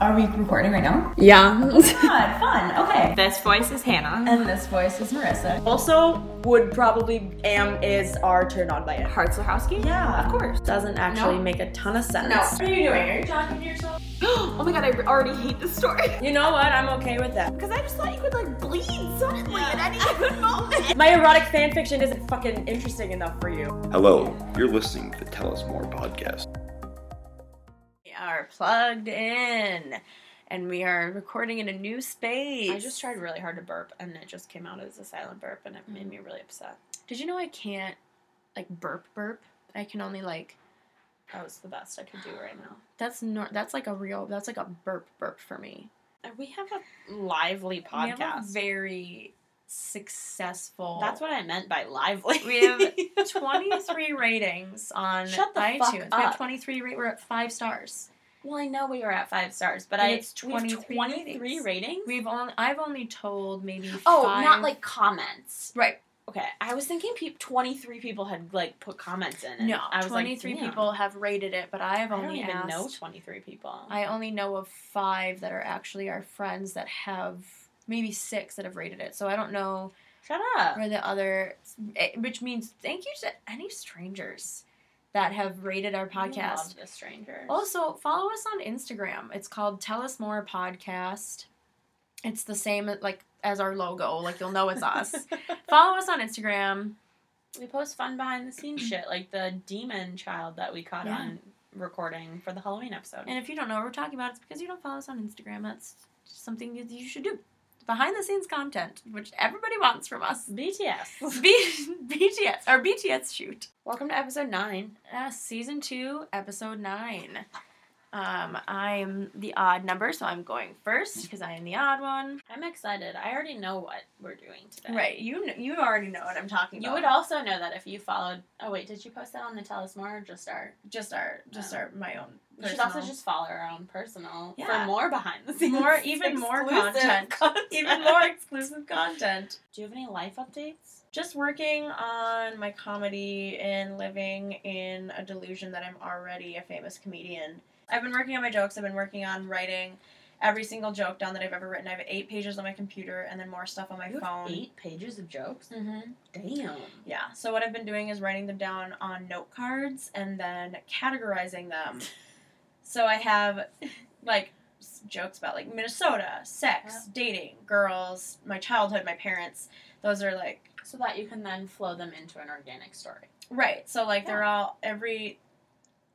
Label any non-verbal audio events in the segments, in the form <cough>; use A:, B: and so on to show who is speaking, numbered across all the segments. A: Are we recording right now?
B: <laughs>
C: Yeah.
A: God, fun. Okay.
B: This voice is Hannah.
A: And this voice is Marissa.
C: also, would probably am is are turned on by it.
B: Hartzlowski?
A: Yeah.
B: Of course. <gasps>
C: Doesn't actually
B: No.
C: make a ton of sense.
A: are you doing? Are you talking to yourself?
B: oh my god, I already hate this story. <laughs>
C: You know what? I'm okay with that.
B: Because I just thought you could like bleed suddenly at any given moment.
C: My erotic fanfiction isn't fucking interesting enough for you.
D: Hello, you're listening to the Tell Us More podcast.
C: We are plugged in, and we are recording in a new space.
B: I just tried really hard to burp and it just came out as a silent burp and it made me really upset. Did you know I can't like burp burp? I can only like
C: That was the best I could do right now.
B: that's nor that's like a real that's like a burp burp for me.
C: We have a lively
B: We have a
C: podcast.
B: very successful
C: That's what I meant by lively.
B: We have 23 ratings on
C: Shut the
B: iTunes.
C: fuck
B: We have
C: up.
B: 23 ra- we're at 5 stars.
C: well, I know we were at five stars, but
B: And
C: I
B: it's
C: we have
B: 23
C: 23
B: ratings.
C: ratings?
B: We've only I've only told maybe
C: Oh,
B: five-
C: not like comments.
B: right.
C: Okay, I was thinking peop 23 people had like put comments in it.
B: No,
C: I was like,
B: 23
C: damn,
B: people have rated it, but I have
C: I don't
B: only
C: even
B: asked,
C: know 23 people.
B: I only know of 5 that are actually our friends that have maybe 6 that have rated it. So I don't know
C: Shut up.
B: where the other eh, which means thank you to any strangers that have rated our
C: I
B: podcast.
C: love the strangers.
B: Also, follow us on Instagram. It's called Tell Us More Podcast. It's the same eh, like as our logo, like you'll know it's us. follow us on Instagram.
C: <laughs> we post fun behind the
B: <clears throat>
C: scenes shit, like the demon child that we caught
B: Yeah.
C: on recording for the Halloween episode.
B: And if you don't know what we're talking about, it's because you don't follow us on Instagram. That's just something that you should do. Behind the scenes content, which everybody wants from
C: <laughs>
B: us.
C: BTS.
B: <laughs> B- BTS, our BTS shoot.
C: Welcome to episode 9.
B: Uh, season 2, episode 9. Um, I'm the odd number, so I'm going first because I am the odd one.
C: I'm excited. I already know what we're doing today.
B: Right. You kn- you already know what I'm talking
C: You
B: about.
C: would also know that if you followed. Oh wait, did you post that on the Tell Us More or just our?
B: just our just
C: Oh.
B: our my own.
C: We should also
B: personal-
C: just follow our own personal
B: Yeah.
C: for more behind the scenes, <laughs>
B: More- even more
C: exclusive
B: content.
C: content.
B: <laughs>
C: <laughs>
B: even <laughs> more exclusive content.
C: Do you have any life updates?
B: Just working on my comedy and living in a delusion that I'm already a famous comedian. I've been working on my jokes. I've been working on writing every single joke down that I've ever written. I have eight pages on my computer and then more stuff on my
C: You have
B: phone.
C: eight pages of jokes.
B: Mm-hmm.
C: Damn.
B: Yeah. So what I've been doing is writing them down on note cards and then
C: <laughs>
B: categorizing them. so I have like s- jokes about like Minnesota, sex,
C: Yeah.
B: dating, girls, my childhood, my parents. Those are like
C: So that you can then flow them into an organic story.
B: right. So like they're all every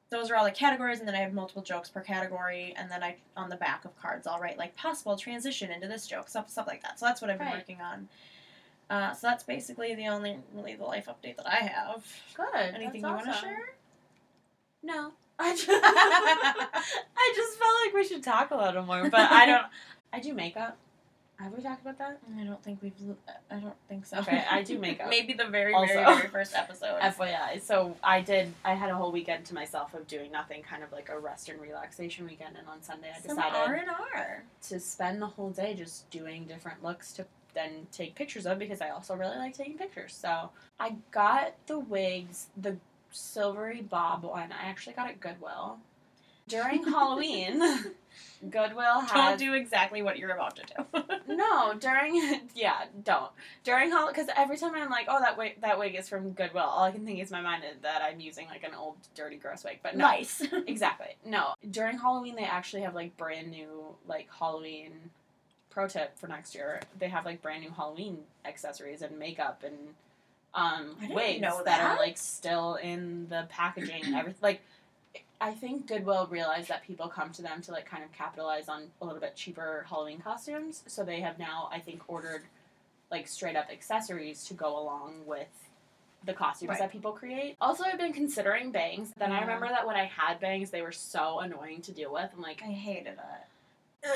B: those are all the categories and then I have multiple jokes per category and then I on the back of cards I'll write like possible transition into this joke, stuff stuff like that. So that's what I've been
C: Right.
B: working on. Uh, so that's basically the only really the life update that I have.
C: Good.
B: Anything
C: that's
B: you want to
C: awesome.
B: share?
C: No. <laughs> I just, I just felt like we should talk a little more, but <laughs> I don't. I do makeup. Have we talked about that?
B: I don't think we've. I don't think so.
C: Okay, I do
B: <laughs>
C: makeup.
B: Maybe the very,
C: Also.
B: very, very first episode.
C: FYI, so I did. I had a whole weekend to myself of doing nothing, kind of like a rest and relaxation weekend. And on Sunday, I
B: Some
C: decided
B: R and R.
C: to spend the whole day just doing different looks to then take pictures of because I also really like taking pictures. So I got the wigs, the silvery bob one. I actually got it Goodwill
B: <laughs>
C: during Halloween. <laughs> Goodwill
B: Don't
C: had
B: do exactly what you're about to do. <laughs>
C: no during <laughs> yeah don't during Halloween because every time I'm like oh that wig that wig is from Goodwill all I can think is in my mind is that I'm using like an old dirty gross wig but no
B: <laughs> Nice.
C: exactly. No. During Halloween, they actually have like brand new like Halloween. Pro tip for next year: they have like brand new Halloween accessories and makeup and um,
B: I didn't
C: wigs
B: know
C: that.
B: that.
C: are like still in the packaging. and everything like. I think Goodwill realized that people come to them to like kind of capitalize on a little bit cheaper Halloween costumes, so they have now I think ordered like straight up accessories to go along with the costumes
B: Right. Mm.
C: that people create. Also, I've been considering bangs. Then I
B: Yeah.
C: remember that when I had bangs, they were so annoying to deal with. I'm like,
B: I hated it.
C: Ugh,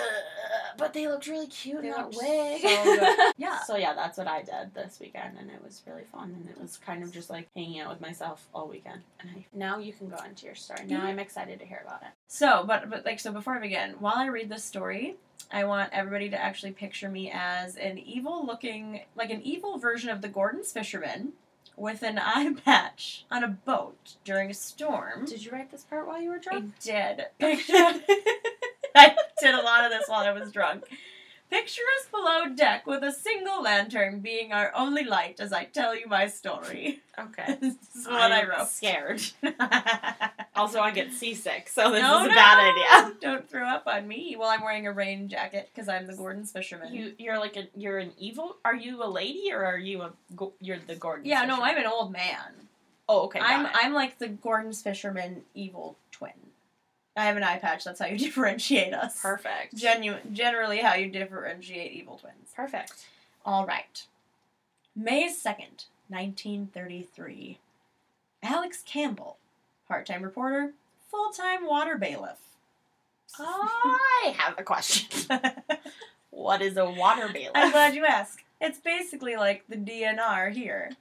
C: but they looked really cute
B: They
C: in that
B: looked
C: wig. <laughs>
B: <laughs> so good. Yeah.
C: So yeah, that's what I did this weekend, and it was really fun. And it was kind of just like hanging out with myself all weekend. And I, now you can go into your story. Now
B: Yeah.
C: I'm excited to hear about it.
B: So, but but like so before I begin, while I read this story, I want everybody to actually picture me as an evil looking, like an evil version of the Gordon's fisherman, with an eye patch on a boat during a
C: <laughs>
B: storm.
C: Did you write this part while you were
B: I
C: drunk?
B: did. <laughs> I did a lot of this while I was drunk. Picture us below deck with a single lantern being our only light as I tell you my story. <laughs>
C: <laughs> Okay.
B: this is what I
C: I'm <laughs>
B: wrote.
C: Scared. also, I get seasick, so this
B: No,
C: is a
B: no.
C: bad
B: <laughs> Don't throw up on me. Well, I'm wearing a rain jacket because I'm the Gordon's fisherman.
C: idea. You, you're like a, you're an evil. Are you a lady or are you a? go- You're the Gordon.
B: yeah, no,
C: Fisher?
B: I'm an old man.
C: Oh, okay.
B: I'm
C: got it.
B: I'm like the Gordon's fisherman evil twin. I have an eye patch. That's how you <laughs> differentiate us.
C: perfect.
B: Genuine, generally, how you differentiate evil twins.
C: perfect.
B: All right. May 2nd, 1933. Alex Campbell, part time reporter, full time water bailiff. <laughs>
C: I have a question. what is a water bailiff?
B: I'm glad you asked. It's basically like the DNR here.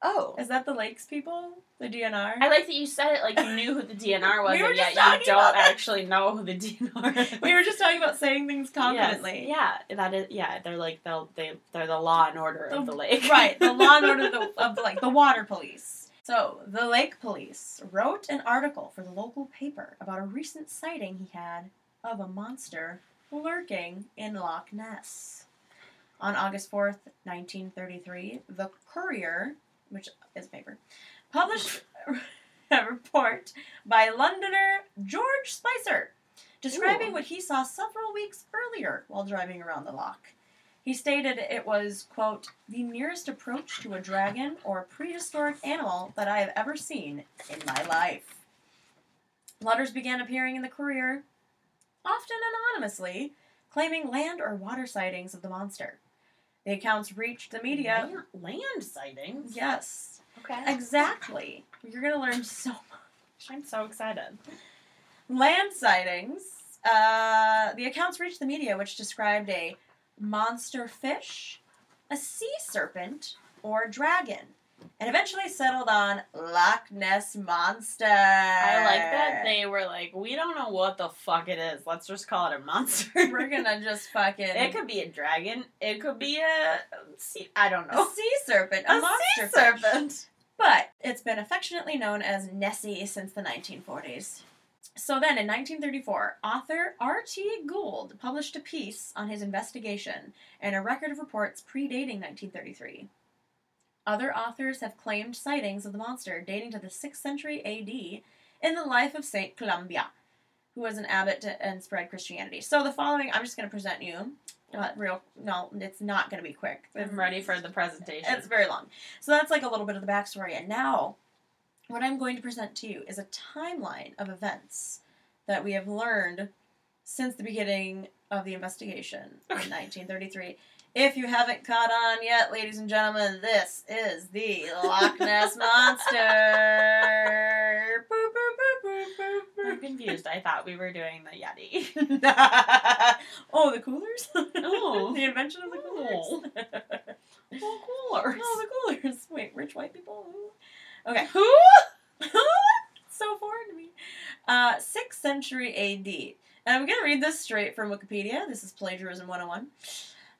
C: oh.
B: Is that the Lakes people? The DNR?
C: I like that you said it like you knew who the
B: <laughs>
C: DNR was,
B: We were
C: and
B: just
C: yet
B: talking
C: you don't
B: about that.
C: actually know who the DNR is.
B: <laughs> we were just talking about saying things confidently.
C: Yes. Yeah, that is. Yeah, they're like the they they're the law and order of
B: The-
C: the lake.
B: <laughs>
C: <laughs>
B: right the law and order of, the, of like the water police so the lake police wrote an article for the local paper about a recent sighting he had of a monster lurking in loch ness on august 4th 1933 the courier which is a paper published <laughs> a report by londoner george spicer describing
C: Ooh.
B: what he saw several weeks earlier while driving around the loch he stated it was, quote, the nearest approach to a dragon or prehistoric animal that I have ever seen in my life. Letters began appearing in the Courier, often anonymously, claiming land or water sightings of the monster. The accounts reached the media.
C: Land, land sightings.
B: Yes,
C: Okay.
B: exactly. You're going to learn so much.
C: I'm so excited.
B: Land sightings. Uh, the accounts reached the media, which described a monster fish, a sea serpent, or dragon, and eventually settled on Loch Ness Monster.
C: I like that they were like, we don't know what the fuck it is. Let's just call it a monster.
B: We're gonna just fucking.
C: <laughs> it could be a dragon. It could be a sea. I don't
B: a
C: know.
B: sea serpent, a,
C: A sea
B: monster fish.
C: serpent.
B: But it's been affectionately known as Nessie since the 1940s. So then, in 1934, author R.T. Gould published a piece on his investigation and a record of reports predating 1933. Other authors have claimed sightings of the monster dating to the 6th century AD in the life of St. Columba, who was an abbot to, and spread Christianity. So, the following, I'm just going to present you. Not real, no, it's not going to be quick.
C: I'm ready for the presentation.
B: It's very long. So that's like a little bit of the backstory. And now, what I'm going to present to you is a timeline of events that we have learned since the beginning of the investigation in 1933. If you haven't caught on yet, ladies and gentlemen, this is the Loch Ness Monster. Boop, boop, boop, boop, boop,
C: I'm
B: boop.
C: confused. I thought we were doing the Yeti. <laughs>
B: oh, the coolers?
C: Oh.
B: <laughs> the invention of the coolers.
C: Well, cooler.
B: Oh,
C: <laughs>
B: the coolers. Wait, rich white people? Okay.
C: Who? <laughs>
B: <laughs> so foreign to me. Uh, 6th century AD. And I'm going to read this straight from Wikipedia. This is Plagiarism 101.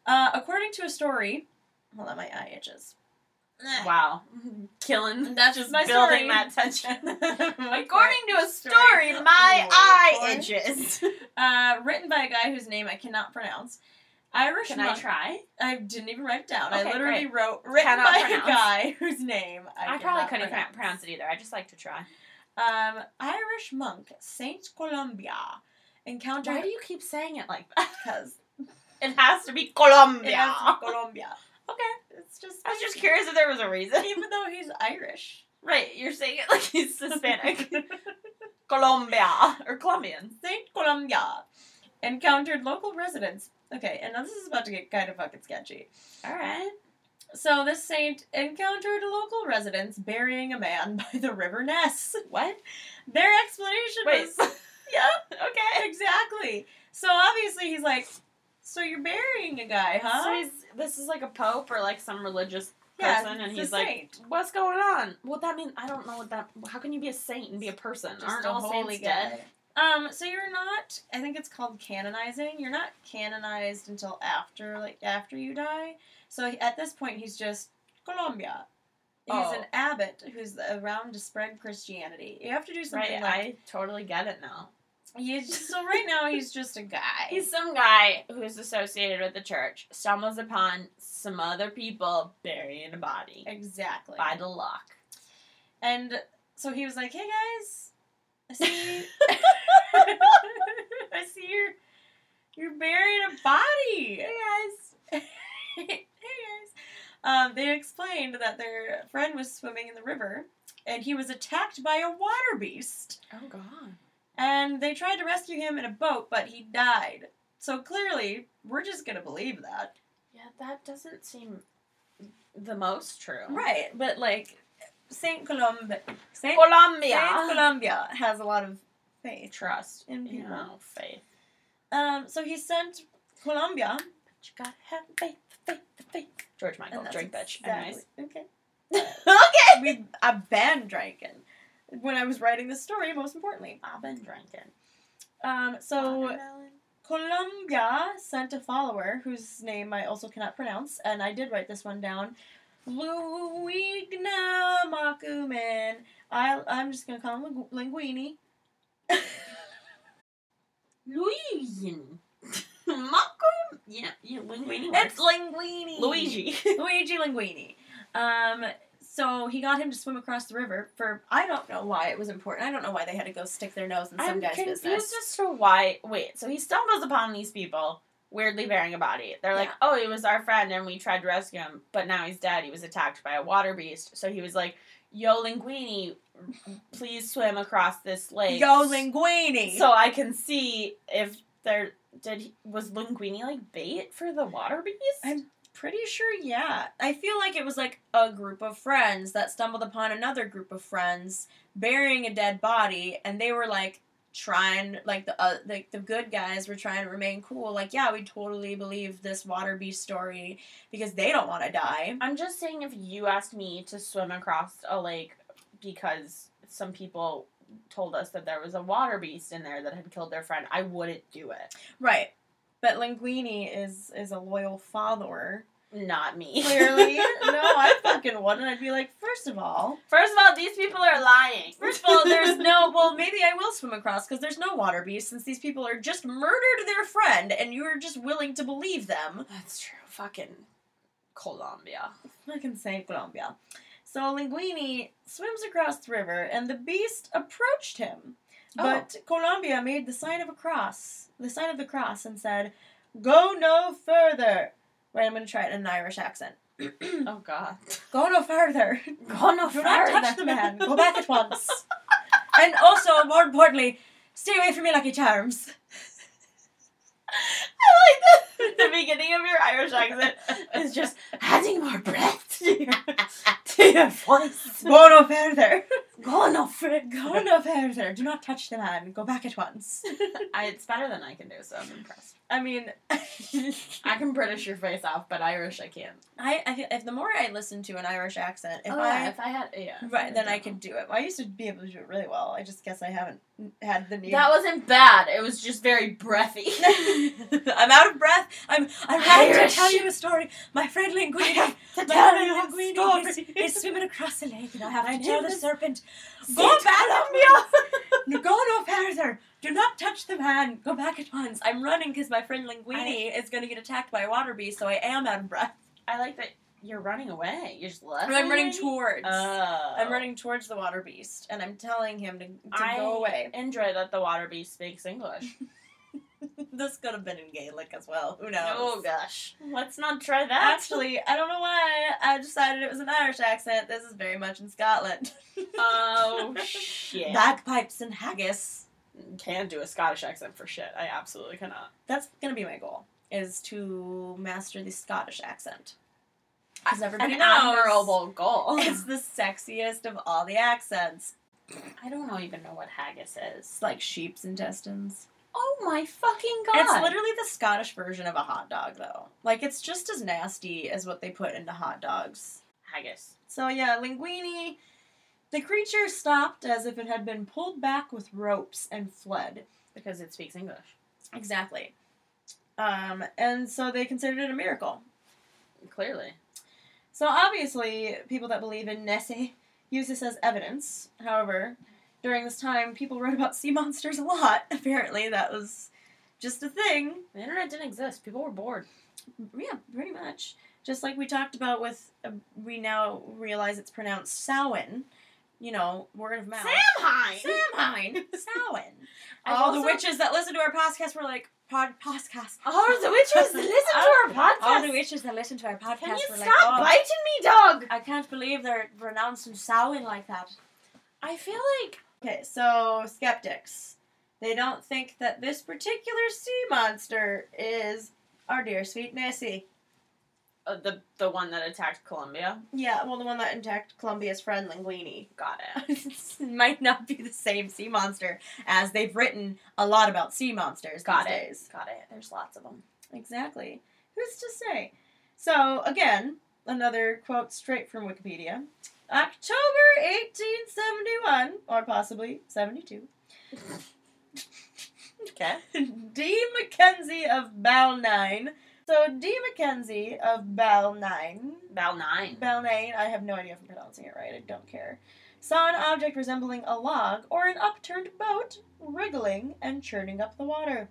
B: Uh, according to a story. Hold on, my eye itches. <laughs>
C: Wow. Killing.
B: That's
C: just
B: my
C: building
B: story.
C: that <laughs> tension.
B: According
C: to a
B: story, my
C: <laughs>
B: eye
C: itches.
B: Uh, written by a guy whose name I cannot pronounce. Irish
C: Can I
B: monk.
C: try?
B: I didn't even write it down. I
C: Okay,
B: literally wrote written
C: Cannot
B: by
C: pronounce.
B: a guy whose name I,
C: I,
B: did
C: probably
B: not
C: couldn't pronounce. pronounce it either. I just like to try.
B: Um, Irish monk Saint Columbia encountered
C: Why do you keep saying it like that?
B: because
C: <laughs> It has to be
B: it
C: Colombia.
B: has to be Colombia.
C: okay.
B: It's just
C: I was just curious if there was a reason.
B: even though he's Irish.
C: Right, you're saying it <laughs> like he's <laughs> Hispanic. Colombia or Colombian.
B: Saint Columbia encountered local residents. Okay, and now this is about to get kind of fucking sketchy.
C: All right.
B: So this saint encountered local residents burying a man <laughs> by the river Ness. What? Their explanation
C: Wait.
B: was <laughs> Yep, okay, exactly. So obviously he's like, So you're burying a guy, huh?
C: So he's, this is like a pope or like some religious
B: Yeah,
C: person, and
B: it's a
C: he's like,
B: saint.
C: "What's going on?" Well, that means I don't know what that. How can you be a saint and be a person? Aren't all saints dead?
B: Um, so you're not. I think it's called canonizing. You're not canonized until after, like after you die. So at this point, he's just Colombia. He's
C: Oh.
B: an abbot who's around to spread Christianity. You have to do
C: Right.
B: something like
C: I totally get it now.
B: <laughs> He's just, so right now he's just a guy.
C: He's some guy who's associated with the church, stumbles upon some other people burying a body
B: exactly.
C: by the lock.
B: And so he was like, "Hey guys, I <laughs> see, I see you're you're burying a body. Hey guys, <laughs> hey guys." Um, they explained that their friend was swimming in the river, and he was attacked by a water beast.
C: Oh god.
B: And they tried to rescue him in a boat, but he died. So clearly, we're just gonna believe that,
C: Yeah, that doesn't seem the most true.
B: right? But like, Saint Columb, Saint Saint
C: Colombia.
B: Columbia has a lot of faith.
C: Trust
B: in
C: you
B: people.
C: know, faith.
B: Um, so he sent Colombia.
C: But you gotta have faith, faith, faith. George Michael, drink bitch. Anyways.
B: <laughs> Okay.
C: okay.
B: We, I've been drinking when I was writing this story, most importantly.
C: I've been drinking.
B: Um, so Colombia sent a follower whose name I also cannot pronounce, and I did write this one down. Luigna Makuman. I, I'm just gonna call him Lingu- Linguini.
C: Luigian. <laughs> Malcolm. Yeah, yeah, Linguini.
B: It's
C: works.
B: Linguini.
C: Luigi.
B: Luigi Linguini. Um, so he got him to swim across the river for I don't know why it was important. I don't know why they had to go stick their nose in some
C: I'm
B: guy's
C: confused
B: business.
C: as to why. Wait, so he stumbles upon these people weirdly bearing a body. They're like,
B: Yeah.
C: "Oh, he was our friend, and we tried to rescue him, but now he's dead. He was attacked by a water beast." So he was like, "Yo, Linguini, please swim across this lake,
B: Yo Linguini.
C: so I can see if there did he, was Linguini like bait for the water beast."
B: I'm- pretty sure yeah. I feel like it was like a group of friends that stumbled upon another group of friends burying a dead body, and they were like trying like the uh, like the good guys were trying to remain cool. Like yeah, we totally believe this water beast story because they don't want to die.
C: I'm just saying, if you asked me to swim across a lake because some people told us that there was a water beast in there that had killed their friend, I wouldn't do it.
B: Right. But Linguini is is a loyal follower.
C: Not <laughs> me.
B: Clearly. no, I fucking wouldn't. I'd be like, first of all,
C: First of all, these people are lying.
B: first of
C: <laughs>
B: all, there's no well, maybe I will swim across because there's no water beast since these people are just murdered their friend and you're just willing to believe them.
C: That's true. Fucking Colombia.
B: Fucking Saint Colombia. So Linguini swims across the river and the beast approached him. But Colombia made the sign of a cross, the sign of the cross, and said, Go no further. Wait, I'm gonna try it in an Irish accent.
C: Oh god.
B: Go no further. <laughs>
C: Go no
B: Do not touch the man. Go back at once. and also, more importantly, stay away from me lucky charms.
C: I like that. The <laughs> beginning of your Irish accent is just <laughs> adding more breath to <laughs> your, to your voice.
B: <laughs> Go no further.
C: <laughs> Go no further.
B: Go <laughs> no further. Do not touch the man. Go back at once.
C: I, it's better than I can do, so I'm impressed.
B: I mean, <laughs>
C: I can British your face off, but Irish I can't.
B: I, I if the more I listen to an Irish accent, if
C: oh, yeah,
B: I
C: if I had, yeah.
B: right, then I could do it. I used to be able to do it really well. I just guess I haven't had the need.
C: That wasn't bad. It was just very breathy. <laughs>
B: I'm out of breath. I'm I'm ready to
C: Irish.
B: tell you a story. My friend Linguini,
C: to
B: my friend Linguini is, is swimming across the lake, and I have to
C: And
B: tell
C: him
B: the
C: is-
B: serpent.
C: Go back on me. <laughs>
B: No, <laughs> go no further. Do not touch the man. Go back at once. I'm running because my friend Linguini is going to get attacked by a water beast, so I am out of breath.
C: I like that you're running away. You're just left.
B: And I'm running towards.
C: Oh.
B: I'm running towards the water beast, and I'm telling him to, to
C: I
B: go away.
C: enjoy that the water beast speaks <laughs> English.
B: this could have been in Gaelic as well. Who knows?
C: Oh gosh, let's not try that. <laughs>
B: Actually, I don't know why I decided it was an Irish accent. This is very much in Scotland.
C: oh shit,
B: Bagpipes and haggis.
C: can do a Scottish accent for shit. I absolutely cannot.
B: That's gonna be my goal. Is to master the Scottish accent. Because everybody
C: An
B: knows
C: admirable goal.
B: It's the sexiest of all the accents.
C: I don't know even know what haggis is.
B: It's like sheep's intestines.
C: Oh my fucking god!
B: It's literally the Scottish version of a hot dog, though. Like, it's just as nasty as what they put into hot dogs.
C: haggis.
B: So, yeah, linguini. The creature stopped as if it had been pulled back with ropes and fled.
C: Because it speaks English.
B: Exactly. Um, and so they considered it a miracle.
C: Clearly.
B: So obviously, people that believe in Nessie use this as evidence. However, during this time, people wrote about sea <laughs> monsters a lot. Apparently, that was just a thing.
C: The internet didn't exist. People were bored.
B: Yeah, pretty much. Just like we talked about with, uh, we now realize it's pronounced Samhain. You know, word of mouth.
C: Samhain.
B: Samhain. <laughs> Samhain.
C: I've
B: All the
C: also-
B: witches that listen to our podcast were like, pod, podcast.
C: Oh, the <laughs> witches listen to our podcast.
B: All the witches that listen to our podcast
C: Can you
B: were
C: stop
B: like, oh,
C: biting me, dog?
B: I can't believe they're renouncing Samhain like that.
C: I feel like
B: Okay, so skeptics. They don't think that this particular sea monster is our dear sweet Nessie.
C: uh, the the one that attacked Columbia.
B: Yeah, well, the one that attacked Columbia's friend Linguini.
C: Got <laughs> it.
B: <laughs> might not be the same sea monster as they've written a lot about sea monsters
C: Got
B: these
C: it.
B: days.
C: Got it. There's lots of them.
B: Exactly. Who's to say? So, again, another quote straight from Wikipedia. October 1871, or possibly 72,
C: Okay.
B: D. Mackenzie of Balnine. So, D. Mackenzie of Balnine,
C: About <laughs> nine.
B: Balnane, I have no idea if I'm pronouncing it right, I don't care, saw an object resembling a log or an upturned boat wriggling and churning up the water.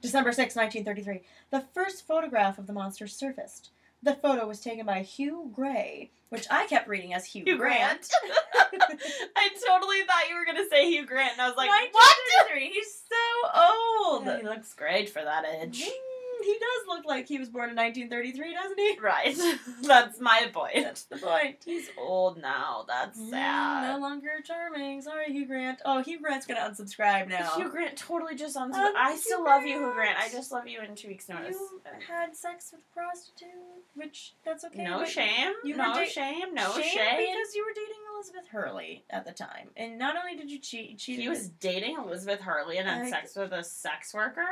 B: December 6, 1933. The first photograph of the monster surfaced. The photo was taken by Hugh Gray, which I kept reading as Hugh,
C: Hugh
B: <laughs>
C: Grant. I totally thought you were gonna say Hugh Grant, and I was like, what?
B: 1933. He's so old.
C: He looks great for that age.
B: Mm, he does look like he was born in 1933, doesn't he?
C: <laughs>
B: <laughs>
C: Right. <laughs> That's my point.
B: That's the point.
C: He's old now. That's
B: Mm,
C: sad.
B: no longer charming. Sorry, Hugh Grant. Oh, Hugh Grant's gonna unsubscribe now.
C: Hugh Grant totally just on.
B: Um,
C: I
B: Hugh
C: still love you, Hugh
B: Grant.
C: Grant. I just love you in two weeks' notice. Uh,
B: You had sex with a prostitute, which that's okay.
C: no
B: but
C: shame.
B: you
C: no
B: were da-
C: shame. No shame.
B: shame because you were dating Elizabeth Hurley at the time, and not only did you cheat, cheat
C: He was dating Elizabeth Hurley and had
B: I-
C: sex with a sex worker.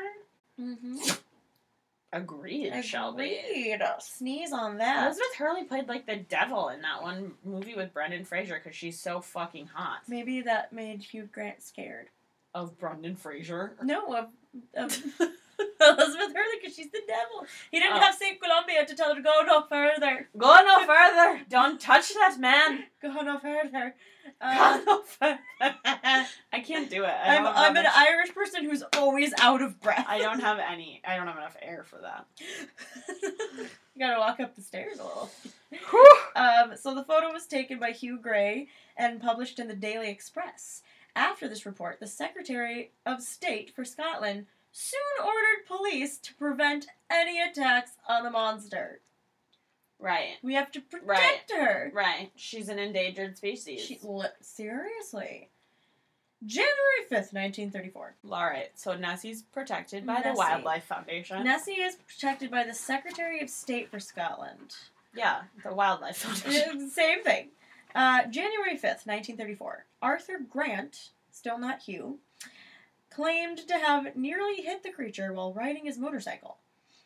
B: mm-hmm.
C: Agreed, Shelby.
B: Sneeze on that.
C: Elizabeth Hurley played like the devil in that one movie with Brendan Fraser because she's so fucking hot.
B: Maybe that made Hugh Grant
C: <laughs>
B: scared.
C: Of Brendan Fraser.
B: No, of, of <laughs> Elizabeth Hurley because she's the devil. He didn't
C: Oh.
B: have Saint Columbia to tell her to go no further.
C: Go
B: <laughs>
C: no further. Don't touch that man.
B: Go no
C: <laughs>
B: further. Uh,
C: Go no further. <laughs> I can't do it. I
B: I'm,
C: don't
B: I'm
C: have
B: an <laughs>
C: much-
B: Irish person who's always out of breath.
C: I don't have any. I don't have enough air for that.
B: you <laughs> gotta walk up the stairs a little. Um, so the photo was taken by Hugh Gray and published in the Daily Express. After this report, the Secretary of State for Scotland soon ordered police to prevent any attacks on the monster.
C: Right.
B: We have to protect
C: Right.
B: her.
C: Right. She's an endangered species.
B: She, li- seriously. January 5th, 1934.
C: All right. So Nessie's protected by the
B: Nessie.
C: Wildlife Foundation.
B: Nessie is protected by the Secretary of State for Scotland.
C: yeah, the Wildlife <laughs> Foundation.
B: Uh, <laughs> Same thing. Uh, January 5th, 1934. Arthur Grant, still not Hugh, claimed to have nearly hit the creature while riding his motorcycle.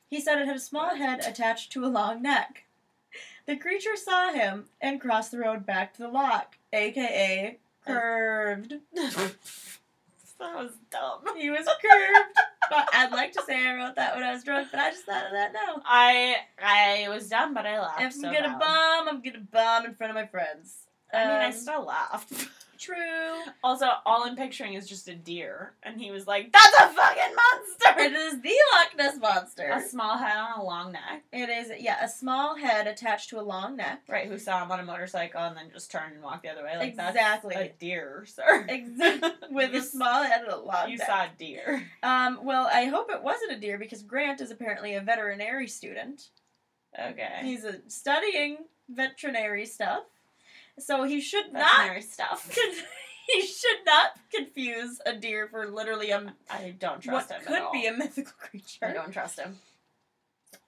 B: He said it had a small head attached to a long neck. The creature saw him and crossed the road back to the lock, aka curved.
C: that was dumb.
B: He
C: <laughs>
B: was curved. But I'd like to say I wrote that when I was drunk, but I just thought of that now.
C: I I was dumb, but I laughed.
B: If
C: so
B: I'm gonna
C: loud.
B: bomb, I'm gonna bomb in front of my friends.
C: I mean, I
B: Um,
C: still laughed. <laughs>
B: True.
C: Also, all I'm picturing is just a deer, and he was like, "That's a fucking
B: It <laughs>
C: monster."
B: is the Loch Ness
C: A
B: monster.
C: small head on a long neck,
B: It is yeah, a small head attached to a long neck.
C: right? Who saw him on a motorcycle and then just turned and walked the other way? Like
B: Exactly.
C: that's a deer, sir. <laughs>
B: Exactly. <laughs> With
C: You
B: a
C: s-
B: small head and a long
C: You
B: neck.
C: saw a deer. <laughs>
B: Um, well, I hope it wasn't a deer because Grant is apparently a veterinary student.
C: Okay.
B: He's a, studying veterinary stuff, so he should not.
C: Veterinary stuff.
B: <laughs> he should not confuse a deer for literally a
C: I don't trust
B: what
C: him at
B: could
C: all.
B: be a mythical
C: I
B: creature.
C: don't trust him.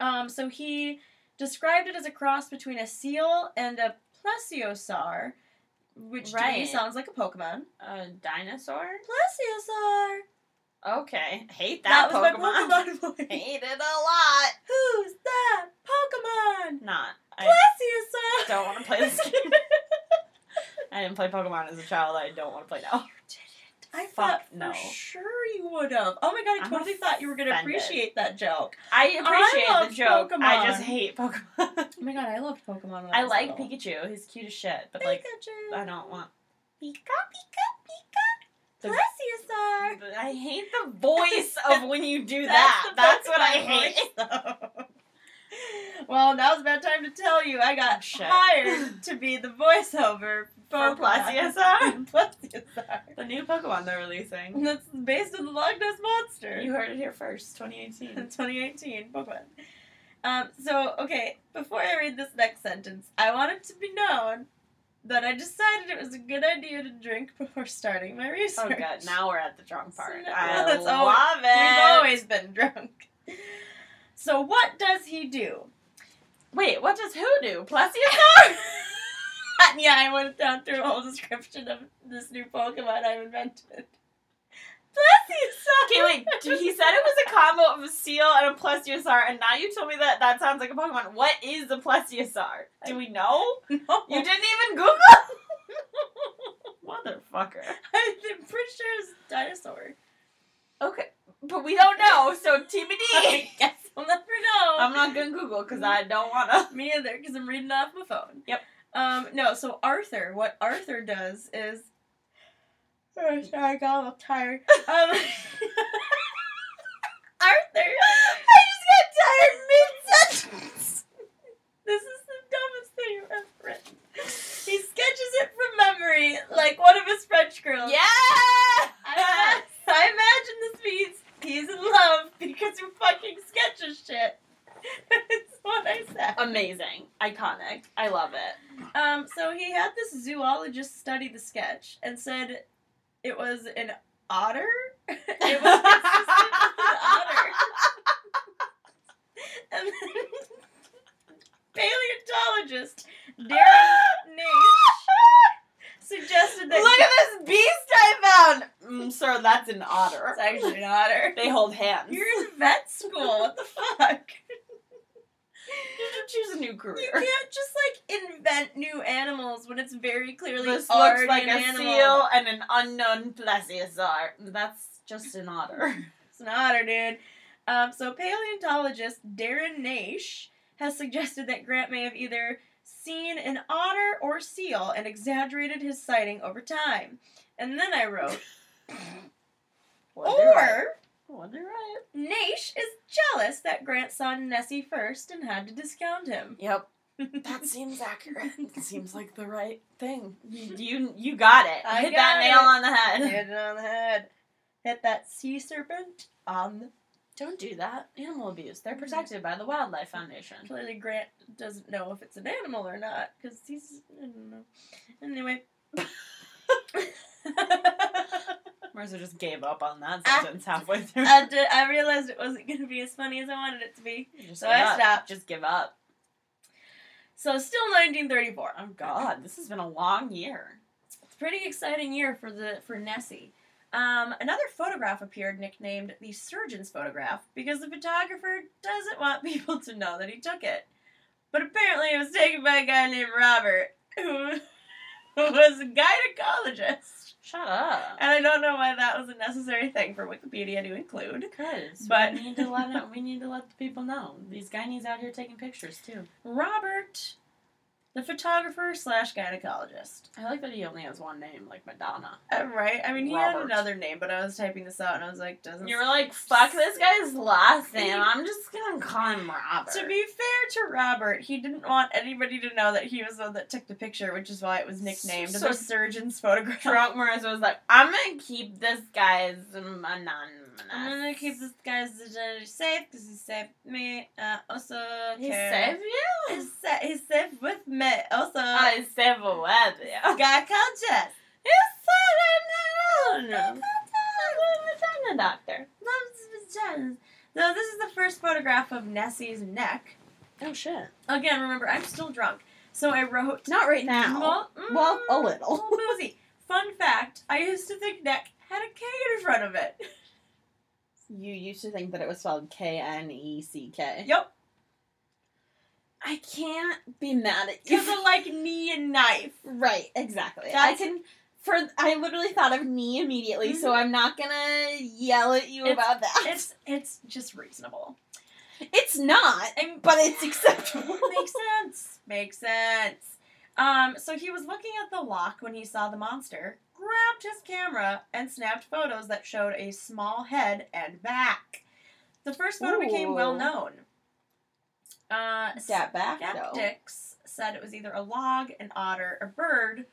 B: Um, so he described it as a cross between a seal and a plesiosaur, which to me
C: Right.
B: sounds like a Pokemon.
C: A dinosaur?
B: Plesiosaur.
C: Okay. Hate
B: That,
C: that,
B: was
C: Pokemon.
B: my Pokemon voice.
C: <laughs> Hate it a lot.
B: Who's that Pokemon?
C: Not. I
B: Plesiosaur.
C: don't want to play this game. <laughs> I didn't play Pokemon as a child. I don't want to play now.
B: <laughs> I
C: Fuck
B: thought for
C: no.
B: sure you would have. Oh my god, I
C: I'm
B: totally thought you were gonna
C: offended.
B: appreciate that joke.
C: I appreciate
B: I
C: the
B: love
C: joke. I just
B: Pokemon.
C: hate Pokemon.
B: <laughs> Oh my god, I loved Pokemon. When I,
C: I
B: was
C: like
B: little.
C: Pikachu. He's cute as shit, but like
B: Pikachu.
C: I don't want. Pika Pika The-
B: Plesiosaur.
C: I hate the voice of when you do
B: <laughs> That's
C: that.
B: the
C: That's, what I
B: Pokemon <laughs>
C: hate.
B: well, now's about time to tell you I got
C: Oh, Shit.
B: hired to be the voiceover
C: For
B: for Plesiosaur. <laughs> Plesiosaur.
C: The new Pokemon they're releasing.
B: And that's based on the Loch Ness Monster. <laughs>
C: You heard it here first, <laughs>
B: in
C: 2018.
B: 2018 Pokemon. Um, so, okay, before I read this next sentence, I want it to be known that I decided it was a good idea to drink before starting my
C: oh
B: research.
C: god, now we're at the drunk <laughs> part.
B: So now-
C: I
B: That's
C: love
B: always-
C: it.
B: We've always been drunk. So, what does he do?
C: Wait, what does who do? <laughs> Plesiosaur?
B: <laughs> yeah, I went down through a whole description of this new Pokemon I've invented. Plesiosaur!
C: okay, wait. d-
B: <laughs>
C: He said it was a combo of a seal and a plesiosaur, and now you told me that that sounds like a Pokemon. What is a plesiosaur? Do we know?
B: No.
C: You didn't even Google. <laughs> Motherfucker.
B: I'm pretty sure it's
C: <laughs>
B: a dinosaur.
C: Okay, but we don't know, so TBD.
B: I guess we'll never know.
C: <laughs> I'm not gonna Google because I don't wanna.
B: Me either, because I'm reading off my phone.
C: Yep.
B: Um, no, so Arthur, what Arthur does is. Oh, sorry, I got a little tired. Um, <laughs> Arthur! I just got tired mid sentence! This is the dumbest thing I've ever written. He sketches it from memory, like one of his French girls. I, I imagine this means he's in love because you fucking sketches shit. <laughs> That's what I said.
C: Amazing, iconic. I love it.
B: Um, so he had this zoologist study the sketch and said it was an otter.
C: <laughs>
B: it was consistent with an otter. <laughs> And then <laughs> paleontologist Darren Nash suggested that
C: Look at this beast I found, mm, sir. That's an otter.
B: it's actually an otter.
C: They hold hands.
B: You're in vet school. What the fuck?
C: You should choose a new
B: <laughs> You
C: career.
B: can't just like invent new animals when it's very clearly
C: This looks
B: already
C: like
B: an
C: a
B: animal.
C: seal and an unknown plesiosaur. That's just an otter.
B: It's an otter, dude. Um, so paleontologist Darren Nash has suggested that Grant may have either seen an otter or seal and exaggerated his sighting over time. And then I <laughs> wrote,
C: right.
B: or
C: wonder right.
B: Nash is jealous that Grant saw Nessie first and had to discount him.
C: Yep. <laughs> That seems <laughs> accurate. It seems like the right thing. You you, you got it.
B: I
C: Hit
B: got
C: that nail
B: it.
C: on the head.
B: Hit it on the head. Hit that sea serpent on the
C: Don't do that. Animal abuse. They're protected by the Wildlife Foundation.
B: Clearly, Grant doesn't know if it's an animal or not because he's. I don't know. Anyway.
C: Marissa just gave up on that
B: Ah.
C: sentence halfway through.
B: I, did, I realized it wasn't going to be as funny as I wanted it to be.
C: <laughs> Just
B: So
C: give
B: I
C: up.
B: stopped.
C: Just give up.
B: So, still 1934.
C: Oh God, this has been a long year.
B: It's a pretty exciting year for the for Nessie. Um, another photograph appeared nicknamed the surgeon's photograph because the photographer doesn't want <laughs> people to know that he took it. But apparently it was taken by a guy named Robert, who <laughs> was a gynecologist.
C: Shut up.
B: And I don't know why that was a necessary thing for Wikipedia to include.
C: Cause
B: But-
C: we need to let it, we need to let the people know these guys out here taking pictures too.
B: Robert, the photographer slash gynecologist.
C: I like that he only has one name, like Madonna.
B: Uh, <laughs> Right? I mean, he had
C: Robert.
B: another name, but I was typing this out and I was like, doesn't.
C: You were like, fuck this guy's last name. I'm just gonna call him Robert.
B: To be fair to Robert, he didn't want anybody to know that he was the one that took the picture, which is why it was nicknamed
C: So-
B: the surgeon's photograph. <laughs>
C: drunk, Marissa was like, I'm gonna keep this guy's um, anonymous.
B: I'm gonna keep this guy's identity safe because he saved me. Uh, also,
C: He
B: Karen-
C: saved you?
B: He's sa- he's safe with me. Also,
C: I saved with you.
B: guy called Jess.
C: It's not
B: No.
C: a I'm a doctor.
B: Loves vaginas. So this is the first photograph of Nessie's neck.
C: Oh shit.
B: Again, remember, I'm still drunk, so I wrote.
C: Not right now.
B: Well, mm,
C: Well, a little.
B: little boozy. Fun fact: I used to think neck had a K in front
C: <laughs>
B: of it.
C: you used to think that it was spelled K N E C K.
B: Yep,
C: I can't be mad at
B: because of like knee and knife.
C: Right, exactly. I
B: That's-
C: can for I literally thought of knee immediately, so
B: Mhm.
C: I'm not gonna yell at you
B: It's-
C: about that.
B: It's it's just reasonable.
C: It's not,
B: And- <laughs>
C: but it's <laughs> acceptable.
B: Makes sense. Makes sense. Um, so he was looking at the lock when he saw the monster. grabbed his camera and snapped photos that showed a small head and back. The first photo became
C: Ooh.
B: well known. Uh,
C: Stat back though.
B: skeptics said it was either a log, an otter, a bird,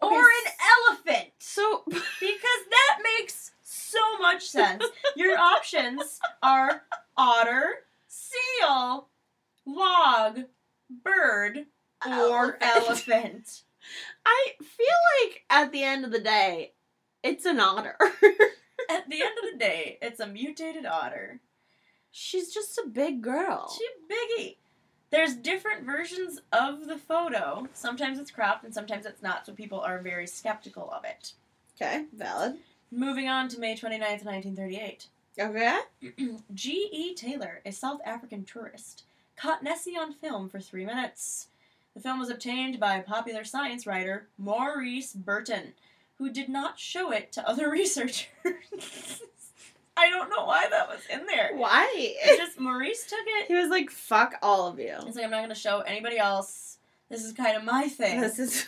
C: Okay,
B: or an elephant.
C: So <laughs>
B: Because that makes so much sense. Your options are otter, seal, log, bird, or elephant.
C: I feel like at the end of the day, it's an <laughs> otter.
B: At the end of the day, it's a mutated otter.
C: She's just a big girl.
B: She biggie. There's different versions of the photo. Sometimes it's cropped and sometimes it's not, so people are very skeptical of it.
C: okay, valid.
B: Moving on to May 29th, 1938.
C: Okay.
B: G.E. E Taylor, a South African tourist, caught Nessie on film for three minutes. The film was obtained by popular science writer Maurice Burton, who did not show it to other <laughs> researchers. I don't know why that was in there.
C: Why?
B: It's just Maurice took it.
C: he was like, "Fuck all of you."
B: It's like, I'm not going to show anybody else. This is kind of my thing.
C: This is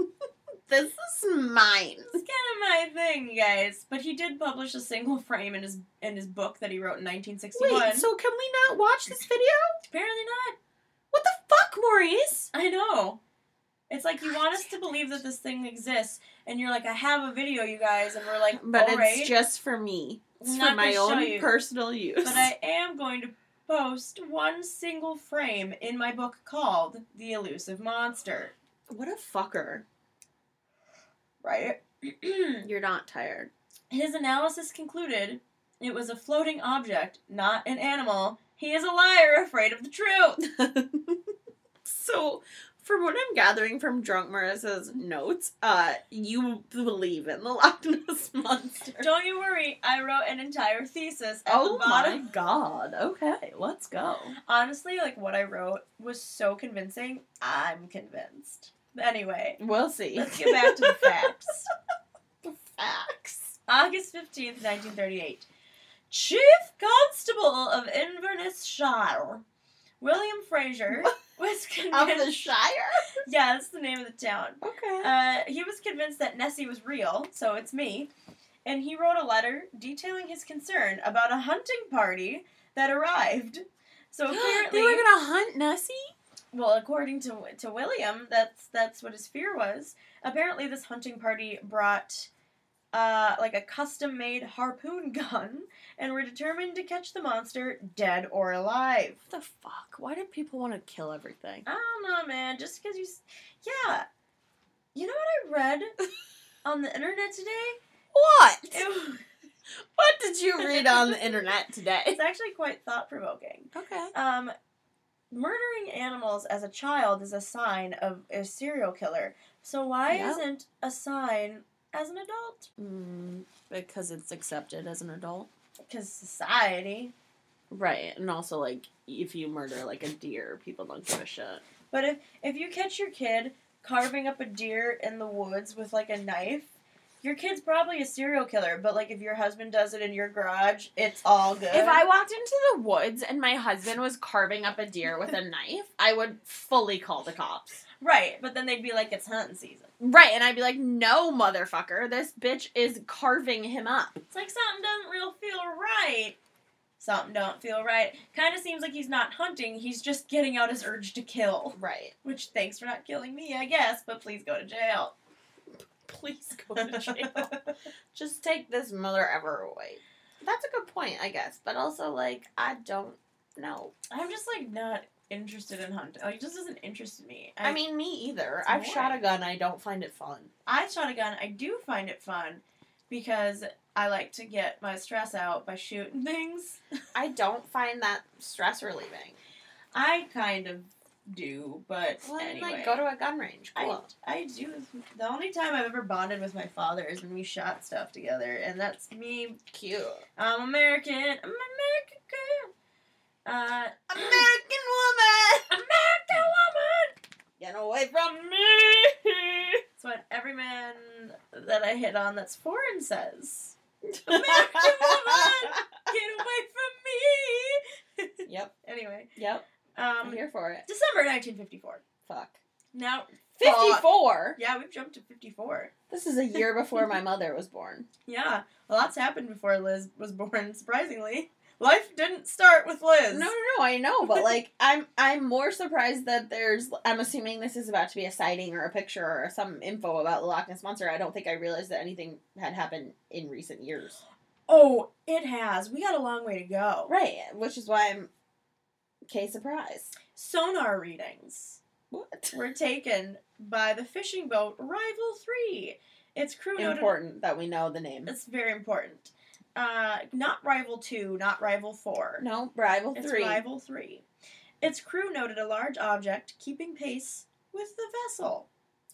C: <laughs> this is mine.
B: It's kind of my thing, you guys. But he did publish a single frame in his in his book that he wrote in 1961.
C: Wait, so can we not watch this video?
B: Apparently not.
C: What the fuck, Maurice?
B: I know. It's like you
C: God
B: want us to believe that this thing exists, and you're like, I have a video, you guys, and we're like,
C: But
B: all
C: it's
B: right,
C: just for me. It's
B: Not
C: for my
B: gonna show
C: own
B: you.
C: personal use.
B: but I am going to post one single frame in my book called The Elusive Monster.
C: what a fucker.
B: Right? <clears throat>
C: You're not tired.
B: His analysis concluded it was a floating object, not an animal. He is a liar afraid of the truth.
C: <laughs> So, from what I'm gathering from Drunk Marissa's notes, uh, you believe in the Loch Ness <laughs> monster.
B: Don't you worry, I wrote an entire thesis at
C: oh
B: the bottom
C: my god! Okay, let's go.
B: honestly, like what I wrote was so convincing. I'm convinced.
C: <laughs>
B: But anyway,
C: We'll see.
B: let's get back to
C: <laughs>
B: the facts.
C: facts.
B: August 15th, 1938. Chief Constable of Inverness Shire, William Fraser, was
C: Of
B: convinced.
C: the Shire.
B: yeah, that's the name of the town.
C: Okay.
B: Uh, he was convinced that Nessie was real, so it's me. And he wrote a letter detailing his concern about a hunting party that arrived.
C: <gasps>
B: So apparently,
C: they were gonna hunt Nessie.
B: Well, according to to William, that's that's what his fear was. Apparently, this hunting party brought uh, like a custom made harpoon <laughs> gun and were determined to catch the monster dead or alive.
C: What the fuck? Why do people want to kill everything?
B: I don't know, man. Just because you, s- yeah, you know what I read on the internet today?
C: <laughs> What?
B: It,
C: What did you read on the internet today?
B: it's actually quite thought provoking.
C: <laughs> Okay.
B: Um, murdering animals as a child is a sign of a serial killer. So why
C: Yep.
B: isn't a sign as an adult?
C: Mm, because it's accepted as an adult.
B: Because society.
C: Right, and also like if you murder like a deer, people don't give a shit.
B: But if if you catch your kid carving up a deer in the woods with like a knife, your kid's probably a serial killer. But like if your husband does it in your garage, it's all good.
C: If I walked into the woods and my husband was carving up a deer with a knife, I would fully call the cops.
B: right, but then they'd be like, it's hunting season.
C: Right, and I'd be like, "No, motherfucker, this bitch is carving him up."
B: It's like something doesn't real feel right. Something don't feel right. Kind of seems like he's not hunting. He's just getting out his urge to kill.
C: Right.
B: Which thanks for not killing me, I guess. But please go to jail. <laughs>
C: Please go to <laughs> jail. Just take this mother ever away. That's a good point, I guess, but also like I don't know.
B: I'm just like not interested in hunting. Like, it just doesn't interest me.
C: I, mean, me either.
B: It's
C: I've shot a
B: boring.
C: gun. I don't find it fun.
B: I shot a gun. I do find it fun because I like to get my stress out by shooting <laughs> things.
C: I don't find that stress relieving.
B: I kind of do, but
C: Well, then,
B: anyway.
C: like go to a gun range.
B: I,
C: Cool.
B: I do. The only time I've ever bonded with my father is when we shot stuff together, and that's me.
C: Cute.
B: I'm American. I'm an American girl. Uh,
C: American woman.
B: <laughs> American woman.
C: <laughs> Get away from <laughs> me.
B: That's what every man that I hit on that's
C: <laughs>
B: foreign says.
C: American
B: Get away from me.
C: yep.
B: <laughs> Anyway,
C: Yep. I'm
B: um,
C: here for it.
B: December 1954.
C: Fuck.
B: Now,
C: 54?
B: yeah, we've jumped to 54.
C: This is a year before my mother was born.
B: Yeah, a lot's happened before Liz was born, surprisingly. Life didn't start with Liz.
C: No, no, no, I know, but
B: <laughs>
C: like I'm I'm more surprised that there's I'm assuming this is about to be a sighting or a picture or some info about the Loch Ness monster. I don't think I realized that anything had happened in recent years.
B: Oh, it has. We got a long way to go.
C: Right, which is why I'm K surprised.
B: Sonar readings <laughs>
C: What?
B: were taken by the fishing boat Rival 3. Its crew noted
C: Important that we know the name.
B: It's very important. Uh, not Rival 2, not Rival 4.
C: No, rival
B: it's
C: three.
B: Rival 3. Its crew noted a large object keeping pace with the vessel.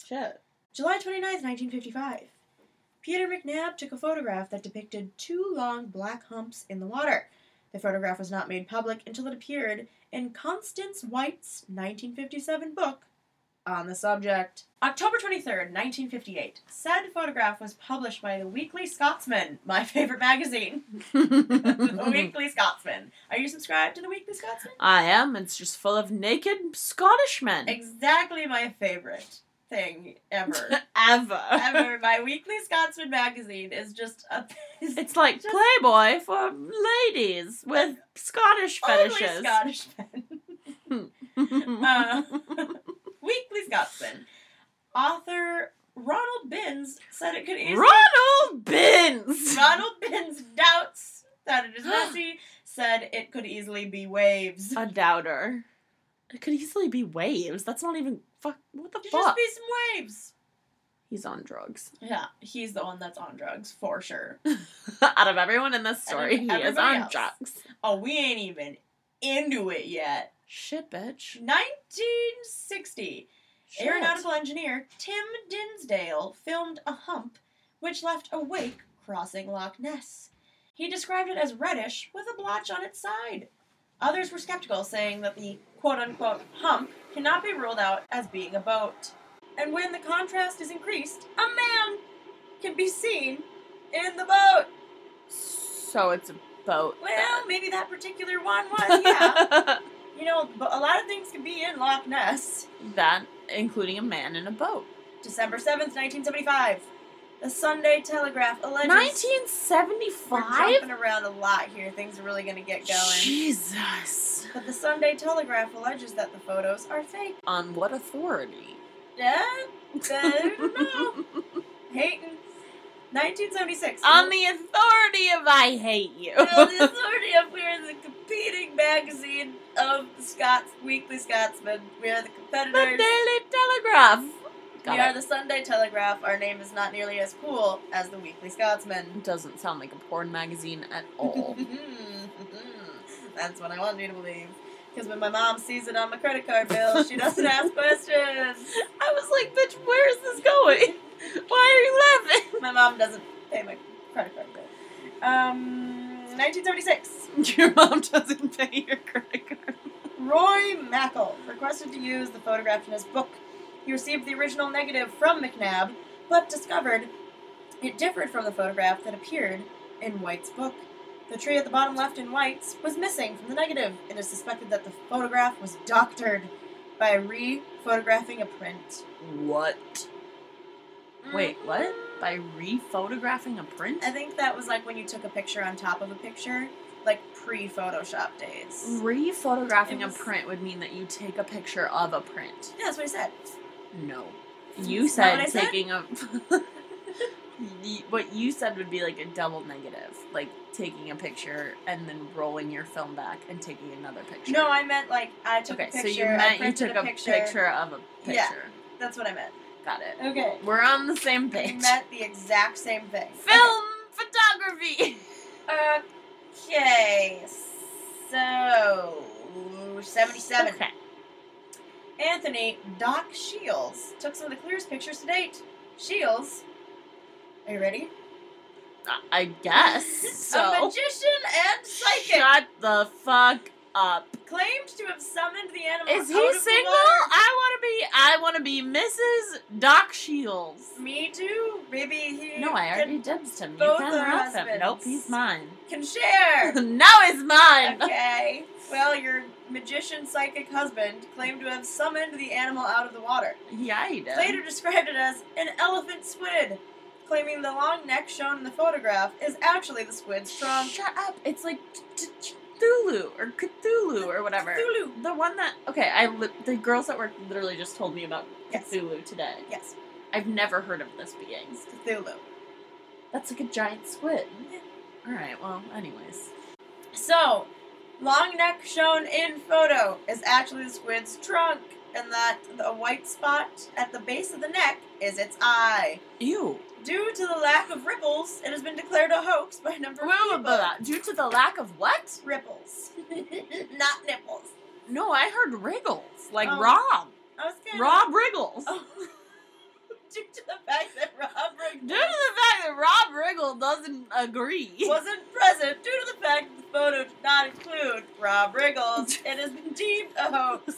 C: Shit.
B: July 29th, 1955. Peter McNabb took a photograph that depicted two long black humps in the water. The photograph was not made public until it appeared in Constance White's 1957 book on the subject. October 23rd, 1958. Said photograph was published by the Weekly Scotsman, my favorite magazine. <laughs>
C: <laughs>
B: The Weekly Scotsman. Are you subscribed to the Weekly Scotsman?
C: I am. It's just full of naked Scottish men.
B: Exactly my favorite thing ever.
C: Ever. <laughs>
B: ever. My weekly Scotsman magazine is just a is <laughs>
C: It's like
B: Just-
C: Playboy for ladies with Scottish
B: only
C: fetishes.
B: Scottish men. <laughs> Uh, <laughs> weekly Scotsman author Ronald Binns said it could easily.
C: Ronald Binns.
B: Ronald Binns doubts
C: <gasps>
B: that it is messy. said it could easily be waves.
C: A doubter. It could easily be waves. That's not even fuck. What the
B: Could
C: fuck?
B: just be some waves.
C: He's on drugs. <laughs>
B: Yeah, he's the one that's on drugs for sure.
C: Out of everyone in this story, he is
B: everybody
C: on
B: else.
C: drugs.
B: Oh, we ain't even into it yet.
C: Shit, bitch.
B: 1960.
C: Shit.
B: Aeronautical engineer Tim Dinsdale filmed a hump which left a wake crossing Loch Ness. He described it as reddish with a blotch on its side. Others were skeptical, saying that the quote unquote hump cannot be ruled out as being a boat. And when the contrast is increased, a man can be seen in the boat.
C: So it's a boat.
B: Well, maybe that particular one was,
C: <laughs>
B: yeah. you know, but a lot of things can be in Loch Ness.
C: that including a man in a boat.
B: December 7th, 1975. The Sunday Telegraph alleges.
C: 1975.
B: We're jumping around a lot here. Things are really going to get going.
C: Jesus.
B: But the Sunday Telegraph alleges that the photos are fake.
C: On what authority? <laughs>
B: Yeah, I don't know. Hating. 1976.
C: On the authority of I hate you. <laughs>
B: Well, this already up. We are the competing magazine of the Scots Weekly Scotsman. We are the
C: the
B: competitors.
C: Daily Telegraph.
B: we
C: Got
B: are
C: it.
B: the Sunday Telegraph. Our name is not nearly as cool as the Weekly Scotsman.
C: Doesn't sound like a porn magazine <laughs> at all.
B: Mm-hmm. That's what I want you to believe. Because when my mom sees it on my credit card bill, she doesn't ask questions.
C: I was like, bitch, where is this going? Why are you laughing?
B: My mom doesn't pay my credit card bill. Um,
C: <laughs>
B: 1976.
C: Your mom doesn't pay your credit card.
B: Roy Mackle requested to use the photograph in his book. He received the original negative from McNabb, but discovered it differed from the photograph that appeared in White's book. The tree at the bottom left in White's was missing from the negative. It is suspected that the photograph was doctored by re photographing a print. Mm-hmm.
C: What? Wait, what? By re-photographing a print?
B: I think that was like when you took a picture on top of a picture, like pre Photoshop
C: Mm.
B: days.
C: Re-photographing
B: It was-
C: a print would mean that you take a picture of a print.
B: Yeah, that's what he said.
C: No. You
B: Is that
C: said
B: what I said?
C: taking a. <laughs> Y- what you said would be like a double negative, like taking a picture and then rolling your film back and taking another picture.
B: No, I meant like I took
C: okay,
B: a
C: so
B: picture.
C: you
B: I
C: meant you
B: printed
C: took a picture.
B: picture.
C: of a picture.
B: Yeah. That's what I meant.
C: Got it.
B: Okay.
C: We're on the same
B: We
C: page.
B: meant the exact same thing.
C: <laughs> Film photography.
B: Okay, okay. so 77.
C: Okay.
B: Anthony Doc Shields took some of the clearest pictures to date. Shields, are you ready?
C: uh, I- I guess
B: A
C: so.
B: <laughs> magician and psychic.
C: Shut the fuck
B: up, claimed to have summoned the animal.
C: Is
B: out
C: he
B: of the
C: single?
B: water.
C: I want to be. I want to be Mrs. Doc Shields.
B: Me too. Maybe he.
C: No, I
B: can,
C: already dibs him. You
B: Both
C: can't
B: are
C: have him. Nope,
B: husbands.
C: he's
B: <laughs>
C: mine. <laughs>
B: can share.
C: now he's mine.
B: Okay. Well, your magician psychic husband claimed to have summoned the animal out of the water.
C: <laughs> Yeah, he did.
B: Later described it as an elephant squid, claiming the long neck shown in the photograph is actually the squid's strong
C: Shut up. It's like t- t- Cthulhu or Cthulhu or whatever.
B: Cthulhu.
C: The one that okay, I li- the girls at work literally just told me about
B: Yes.
C: Cthulhu today.
B: Yes,
C: I've never heard of this being.
B: Cthulhu.
C: That's like a giant squid. All right. Well, anyways.
B: So, long neck shown in photo is actually the squid's trunk, and that the white spot at the base of the neck is its eye.
C: Ew.
B: Due to the lack of ripples, it has been declared a hoax by a number of
C: Blah, blah,
B: people.
C: blah. Due to the lack of what?
B: Ripples, <laughs> not nipples.
C: No, I heard wriggles. Like
B: Oh.
C: Rob.
B: I was kind
C: Rob wriggles.
B: Oh. <laughs> Due to the fact that Rob Riggle
C: Due to the fact that Rob Riggle doesn't agree. <laughs>
B: wasn't present, due to the fact that the photo did not include Rob
C: <laughs>
B: Riggles, it has been deemed a hoax.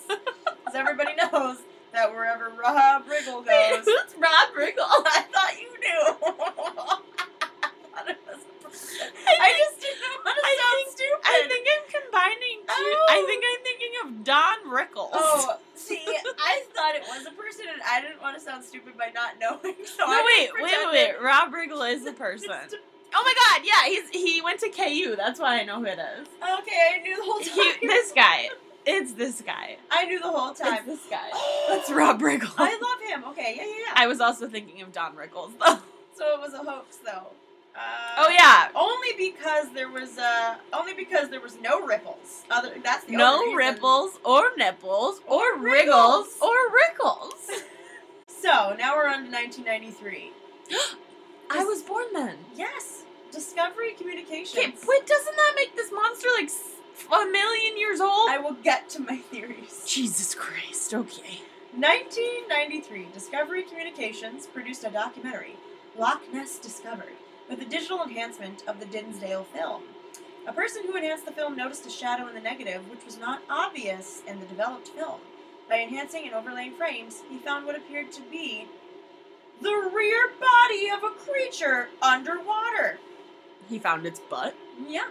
B: As everybody knows that wherever Rob
C: <laughs>
B: Riggle goes,
C: Who's Rob <laughs> Riggle?
B: I thought you knew. <laughs> I thought it was a person. I just didn't want to
C: I
B: sound
C: think-
B: stupid.
C: I think I'm combining two. I think I'm thinking of Don Rickles. <laughs>
B: Oh, see, I thought it was a person, and I didn't want to sound stupid by not knowing. <laughs> So
C: no,
B: I
C: wait,
B: just
C: wait, wait,
B: pretended
C: wait. Rob Riggle <laughs> is the person.
B: just-
C: Oh my god, yeah, he's he went to KU. That's why I know who it is.
B: Okay, I
C: <laughs>
B: knew the whole time.
C: He, this guy. It's this guy.
B: I knew the whole
C: It's
B: time.
C: this guy. That's Rob Riggle.
B: <gasps> I love him. Okay, yeah, yeah, yeah.
C: <laughs> I was also thinking of Don Rickles <laughs> though.
B: So it was a hoax, though. Uh,
C: Oh yeah.
B: Only because there was uh, only because there was no ripples. Other that's the only
C: No
B: reason.
C: ripples or nipples or wriggles
B: wriggles.
C: or rickles.
B: So now we're on to 1993.
C: <laughs> I was born then.
B: Yes, Discovery Communications.
C: Okay, wait, doesn't that make this monster like s- a million years old?
B: I will get to my theories.
C: Jesus Christ, okay.
B: 1993, Discovery Communications produced a documentary, Loch Ness Discovered, with a digital enhancement of the Dinsdale film. A person who enhanced the film noticed a shadow in the negative, which was not obvious in the developed film. By enhancing and overlaying frames, he found what appeared to be the rear body of a creature underwater.
C: He found its butt.
B: Yeah.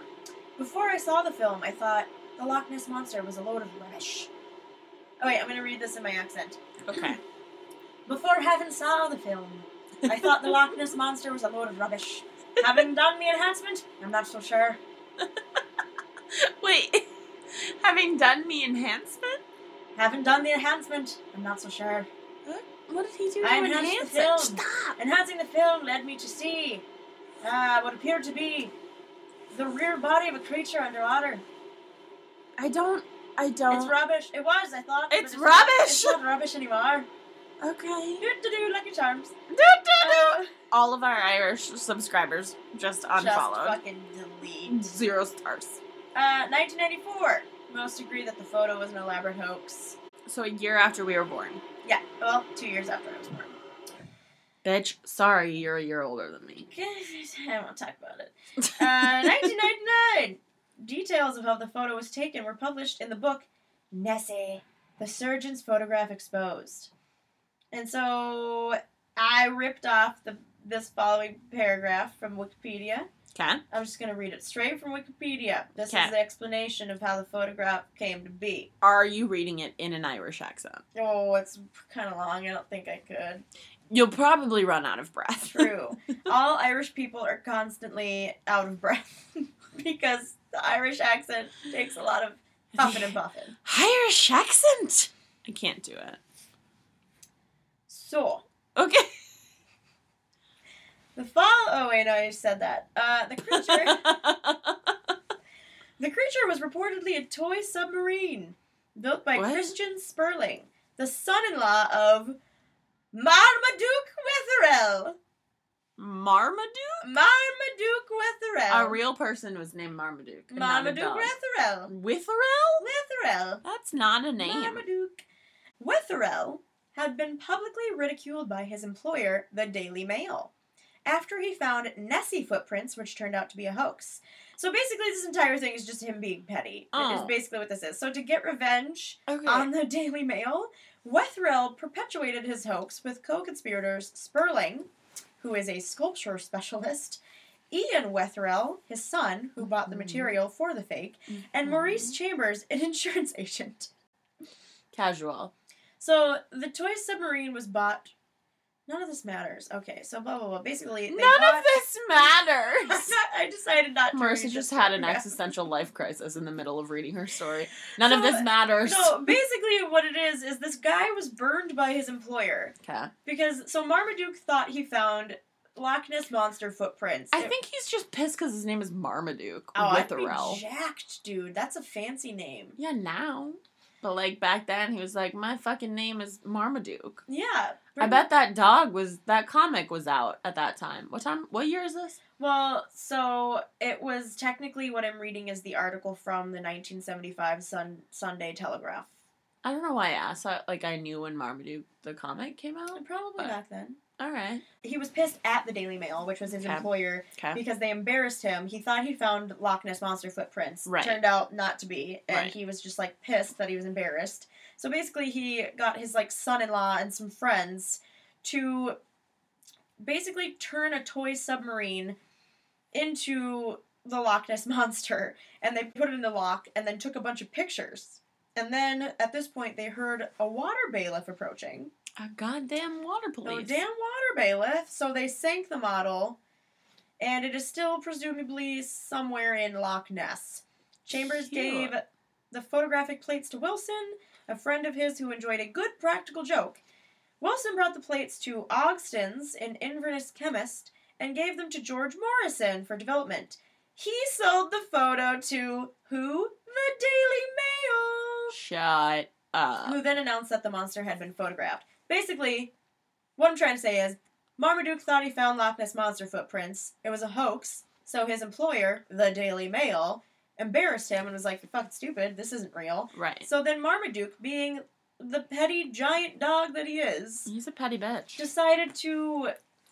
B: Before I saw the film, I thought the Loch Ness Monster was a load of rubbish. Oh, wait, I'm going to read this in my accent.
C: Okay.
B: Before having saw the film, I thought the Loch Ness Monster was a load of rubbish. Having done the enhancement, I'm not so sure.
C: <laughs> wait, <laughs> having done me enhancement?
B: Having done the enhancement, I'm not so sure.
C: What did he do
B: I
C: to enhance
B: enhanced the
C: it?
B: film.
C: Stop!
B: Enhancing the film led me to see uh, what appeared to be the rear body of a creature underwater.
C: I don't, I don't.
B: It's rubbish. It was, I thought. but
C: Uh, It's
B: not-
C: rubbish.
B: it's not rubbish anymore.
C: okay.
B: Do do do, Lucky Charms.
C: Do, do, do.
B: Uh,
C: All of our Irish subscribers just
B: Just
C: unfollowed.
B: fucking delete.
C: Zero stars.
B: Uh, 1994. Most agree that the photo was an elaborate hoax.
C: So a year after we were born.
B: Yeah, well, two years after I was born.
C: Bitch, sorry, you're a year older than me.
B: I won't talk about it.
C: <laughs>
B: Uh, 1999. <laughs> Details of how the photo was taken were published in the book Nessie, the surgeon's photograph exposed. And so I ripped off the this following paragraph from Wikipedia.
C: Okay.
B: I'm just going to read it straight from Wikipedia. This
C: Okay.
B: is the explanation of how the photograph came to be.
C: Are you reading it in an Irish accent?
B: Oh, it's kind of long. I don't think I could.
C: You'll probably run out of breath. <laughs>
B: True. All Irish people are constantly out of breath <laughs> because the Irish accent takes a lot of puffing and puffing.
C: Irish accent. I can't do it.
B: So,
C: Okay.
B: the fall. Oh, wait, no, I just said that. Uh,
C: <laughs>
B: the creature. the creature was reportedly a toy submarine built by
C: What?
B: Christian Sperling, the son in law of Marmaduke Wetherell.
C: Marmaduke.
B: Marmaduke Wetherell.
C: A real person was named Marmaduke. and not a
B: Um, Marmaduke
C: dog.
B: Wetherell.
C: Witherell?
B: Wetherell.
C: That's not a name.
B: Marmaduke. Wetherell had been publicly ridiculed by his employer, the Daily Mail, after he found Nessie footprints, which turned out to be a hoax. So basically, this entire thing is just him being petty. Is
E: Oh.
B: basically what this is. So to get revenge
E: Okay.
B: on the Daily Mail, Wetherell perpetuated his hoax with co-conspirators Sperling, who is a sculpture specialist, Ian Wetherell, his son, who bought the
C: Mhm.
B: material for the fake, and Maurice Chambers, an <laughs> insurance agent.
E: Casual.
B: So the toy submarine was bought. None of this matters. Okay, so blah blah blah. Basically, they
C: None of
B: bought- <laughs>
C: this matters. <laughs>
B: I decided not to.
C: Marissa
B: read
C: just
B: this
C: had an
B: paragraph. <laughs>
C: existential life crisis in the middle of reading her story. None of
B: So-
C: this matters.
B: So
C: <laughs>
B: basically, what it is is this guy was burned by his employer
C: Okay.
B: because so Marmaduke thought he found Loch Ness monster footprints.
C: I
B: It-
C: think he's just pissed because his name is Marmaduke
B: oh, I'd be
C: Witherell.
B: jacked, dude. That's a fancy name.
C: yeah, now. But like back then, he was like, my fucking name is Marmaduke.
B: Yeah,
C: I bet that dog was that comic was out at that time. What time? What year is this?
B: Well, so it was technically what I'm reading is the article from the 1975 Sun- Sunday Telegraph.
C: I don't know why I asked. I, like I knew when Marmaduke the comic came out.
B: Probably
C: But-
B: back then.
C: All right.
B: He was pissed at the Daily Mail, which was his
C: Okay.
B: employer,
C: Okay.
B: because they embarrassed him. He thought he found Loch Ness monster footprints.
C: Right.
B: Turned out not to be, and
C: Right.
B: he was just like pissed that he was embarrassed. So basically, he got his like son-in-law and some friends to basically turn a toy submarine into the Loch Ness <laughs> monster, and they put it in the lock, and then took a bunch of pictures. And then at this point, they heard a water bailiff approaching.
C: A goddamn water
B: No
C: police.
B: Oh, damn water bailiff. So they sank the model, and it is still presumably somewhere in Loch Ness. Chambers
C: Sure.
B: gave the photographic plates to Wilson, a friend of his who enjoyed a good practical joke. Wilson brought the plates to Ogston's, an Inverness chemist, and gave them to George Morrison for development. He sold the photo to who? The Daily Mail
C: Shut up.
B: who then announced that the monster had been photographed. Basically, what I'm trying to say is Marmaduke thought he found Loch Ness monster footprints. It was a hoax, so his employer, the Daily Mail, embarrassed him and was like, "You're fucking stupid. This isn't real."
C: Right.
B: So then Marmaduke, being the petty giant dog that he is,
C: He's a petty bitch.
B: decided to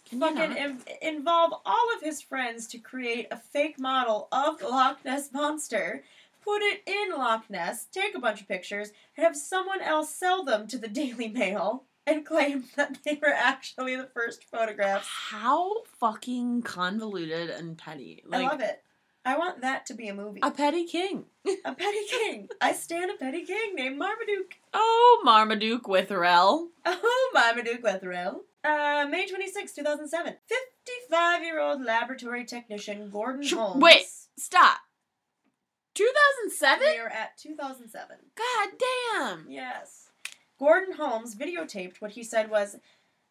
C: Can you
B: fucking
C: not?
B: in- involve all of his friends to create a fake model of the Loch Ness monster, put it in Loch Ness, take a bunch of pictures, and have someone else sell them to the <laughs> Daily Mail and claim that they were actually the first photographs.
C: How fucking convoluted and petty. Like
B: I love it. I want that to be a movie.
C: a petty king.
B: a petty king. I stand a petty king named Marmaduke. <laughs>
C: Oh, Marmaduke Witherell.
B: Oh, Marmaduke Wetherell. Uh, May 26, 2007. 55 year old laboratory technician Gordon
C: Sh-
B: Holmes.
C: wait. Stop. 2007?
B: <laughs> We are at 2007.
C: God damn.
B: Yes. Gordon Holmes videotaped what he said was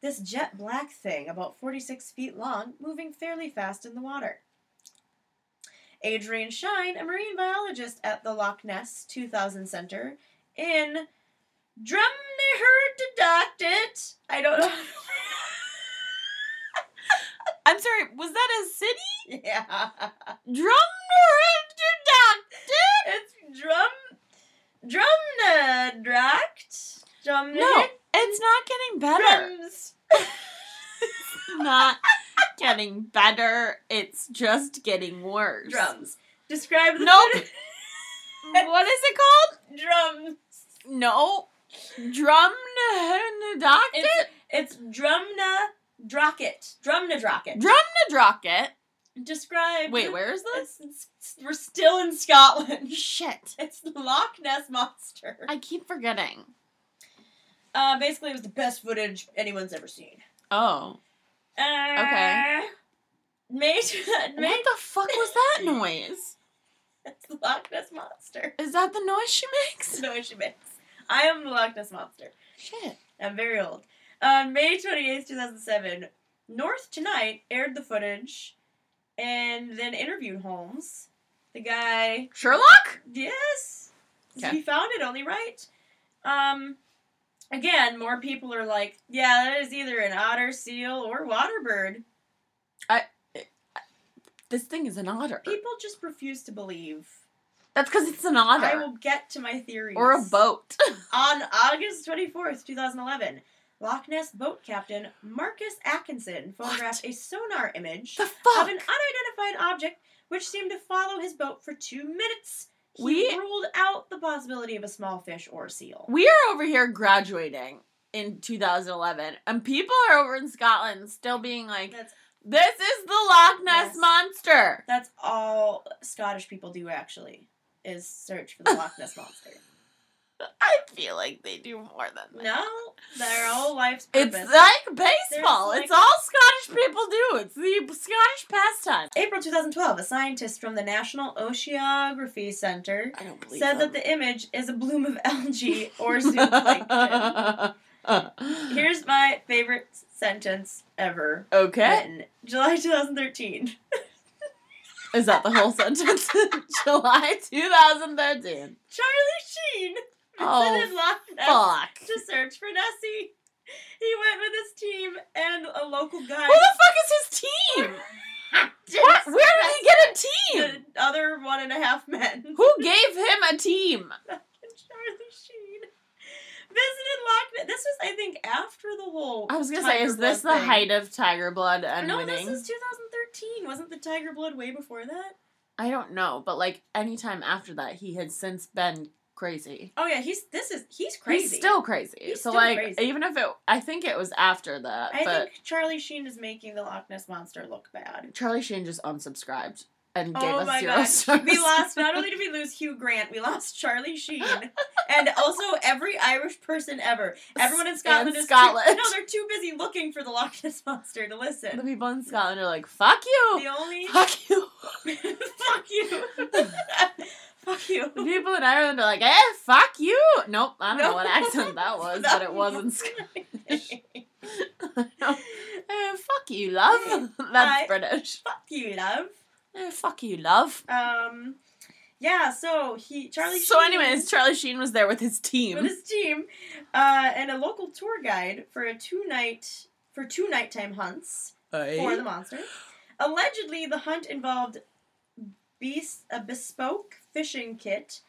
B: this jet black thing about 46 feet long moving fairly fast in the water. Adrian Shine, a marine biologist at the Loch Ness 2000 Center in Drumnaherdadoctet. I don't know. <laughs>
C: I'm sorry, was that a city?
B: yeah. <laughs>
C: Drum Drum-
B: It's Drum Drumnadroct. Drum
C: No, it's not getting better.
B: Drums.
C: It's not getting better. It's just getting worse.
B: Drums. Describe the <laughs>
C: Nope. What is it called?
B: Drum.
C: No. Drum Doctor?
B: It's, it's Drumna Drocket. Drumna Drocket.
C: Drumna Drocket.
B: Describe.
C: Wait, where is this?
B: It's, it's- we're still in Scotland. <laughs>
C: Shit.
B: It's the Loch Ness Monster.
C: I keep forgetting.
B: Uh, basically, it was the best footage anyone's ever seen.
C: Oh.
B: Uh,
C: Okay.
B: May, <laughs> May
C: What the fuck was that noise?
B: it's the Loch Ness Monster.
C: Is that the noise she
B: That's <laughs>
C: makes?
B: the noise she makes. I am the Loch Ness Monster.
C: Shit.
B: I'm very old. On May 28th, 2007, North Tonight aired the footage and then interviewed Holmes. The guy,
C: Sherlock?
B: yes,
C: Okay.
B: he found it only right. Um, again, more people are like, yeah, that is either an otter, seal, or water bird.
C: This thing is an otter.
B: People just refuse to believe.
C: That's because it's an
B: I
C: otter.
B: <laughs> will get to my theories.
C: Or a boat.
B: On August 24th, 2011, Loch Ness boat captain Marcus Atkinson photographed a sonar image
F: The
B: of
F: fuck?
B: an unidentified object which seemed to follow his boat for two minutes. He
C: We-
B: ruled out the possibility of a small fish or seal.
C: We are over here graduating in 2011, and people are over in Scotland still being like,
B: That's
C: "This is the Loch Ness
B: Yes.
C: monster."
B: that's all Scottish people do actually is search for the Loch Ness monster.
C: I feel like they do more than that.
B: no, their whole life's
C: It's
B: purpose.
C: like baseball.
B: There's
C: it's
B: like-
C: all Scottish people do. It's the Scottish pastime.
B: April 2012, a scientist from the National Oceanography Center
C: I don't believe
B: said that the image is a bloom of algae or zooplankton.
C: <laughs>
B: Here's my favorite sentence ever
C: okay.
B: written. July 2013.
C: Is that the
B: <laughs>
C: whole sentence? <laughs> July 2013.
B: Charlie Sheen visited
C: Oh,
B: Loch Ness
C: fuck.
B: to search for Nessie. He went with his team and a local guy.
C: Who the fuck is his team?
B: <laughs>
C: What? Where did he get a team?
B: The other one and a half men.
C: Who gave him a team?
B: <laughs> Charlie Sheen visited Loch Ness. This was, I think, after the whole.
C: I was gonna say,
B: Tiger
C: is this the
B: Blood thing.
C: height of Tiger Blood and
B: No,
C: winning?
B: this is 2013. Wasn't the Tiger Blood way before that?
C: I don't know, but like anytime after that, he had since been crazy.
B: Oh yeah, he's this is he's crazy.
C: He's still crazy.
B: He's
C: so
B: still
C: like,
B: crazy.
C: even if it, I think it was after that,
B: I
C: but
B: think Charlie Sheen is making the Loch Ness monster look
C: <laughs>
B: bad.
C: Charlie Sheen just unsubscribed and gave
B: Oh
C: us
B: my
C: zero
B: god.
C: stars.
B: We lost not only did we lose Hugh Grant, we lost
C: <laughs>
B: Charlie Sheen. and also every Irish person ever. Everyone in Scotland
C: And
B: is Too,
C: Scotland.
B: No, they're too busy looking for the Loch Ness monster to
C: <laughs> the
B: listen.
C: people in Scotland are like, "Fuck you,
B: The only
C: <laughs> fuck you."
B: <laughs> Fuck you. <laughs>
C: <laughs>
B: Fuck you.
C: The people in Ireland are like, "Eh, fuck you." Nope, I don't know what accent
B: <laughs>
C: that was, but it wasn't Scottish. <laughs> Eh, fuck you, love. <laughs> That's
B: <laughs> I-
C: British.
B: <laughs> Fuck you, love.
C: Eh, fuck you, love.
B: Um, yeah. So he Charlie.
C: so,
B: Sheen
C: anyways, Charlie Sheen was there with his team.
B: with his team, uh, and a local tour guide for a two night for two nighttime hunts
C: Eh?
B: for the monster. Allegedly, the hunt involved beast a bespoke fishing kit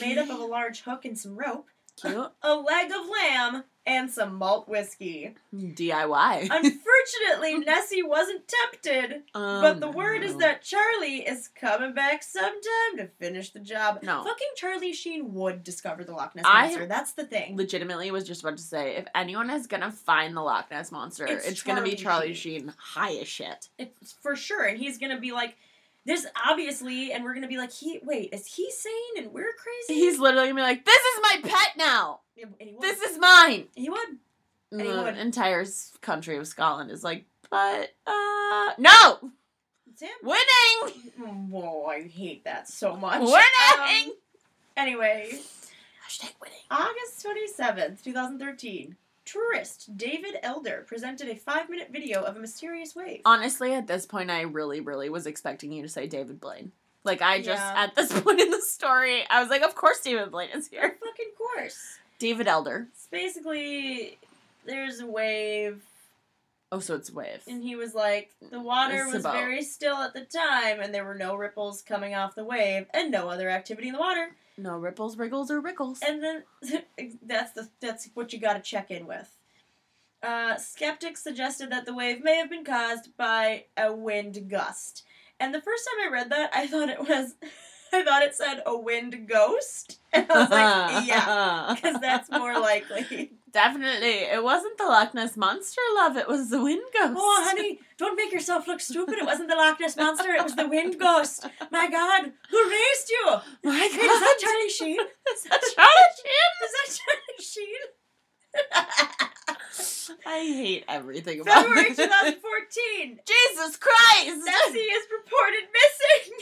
B: made up of a large hook and some rope, a leg of lamb, and some
C: <laughs>
B: malt whiskey.
C: cute
B: <laughs>
C: DIY.
B: Unfortunately, Nessie wasn't tempted,
C: Um,
B: but the word is
C: no.
B: that Charlie is coming back sometime to finish the job.
C: No.
B: Fucking Charlie Sheen would discover the Loch Ness
C: I-
B: Monster. That's the thing.
C: legitimately was just about to say if anyone is gonna find the Loch Ness monster,
B: It's
C: it's, gonna be Charlie
B: Charlie
C: Sheen. high as shit.
B: It's for sure. And he's gonna be like, this obviously, and we're gonna be like, he wait, is he sane and we're crazy?
C: He's literally gonna be like, "This is my pet now.
B: Yeah, and he would.
C: This is mine."
B: he would.
C: And
B: And he
C: the
B: would.
C: entire s- country of Scotland is like, "But uh, no,
B: It's him.
C: winning,
B: Whoa, I hate that so much. <laughs>
C: winning."
B: Um, anyway,
C: Hashtag winning.
B: August 27th, 2013, tourist David Elder presented a five minute video of a mysterious wave.
C: Honestly, at this point, I really, really was expecting you to say David Blaine. Like, I just,
B: Yeah.
C: at this <laughs> point in the story, I was like, of course David Blaine is here.
B: Fucking course.
C: David Elder.
B: It's basically there's a wave,
C: Oh, so it's Wave.
B: and he was like, the water
C: It's
B: was
C: about-
B: very still at the time, and there were no ripples coming off the wave, and no other activity in the water.
C: No ripples, wriggles, or rickles.
B: And then <laughs> that's the that's what you got to check in with. Uh, skeptics suggested that the wave may have been caused by a wind gust, and the first time I read that, I thought it was, <laughs> I thought it said a wind ghost, <laughs> and I
C: <laughs>
B: was like, yeah, because that's more likely.
C: Definitely. It wasn't the Loch Ness Monster, love. It was the Wind Ghost.
B: Oh, honey, don't make yourself look stupid. It wasn't the Loch Ness Monster, it was the Wind Ghost. My God, who raised you?
C: <laughs> My
B: Wait, is that
C: God.
B: Charlie Sheen?
C: Is that Charlie
B: Is that Charlie Sheen?
C: Sheen? <laughs> I hate everything about
B: February
C: this.
B: 2014.
C: <laughs> Jesus Christ!
B: Nessie is reported missing.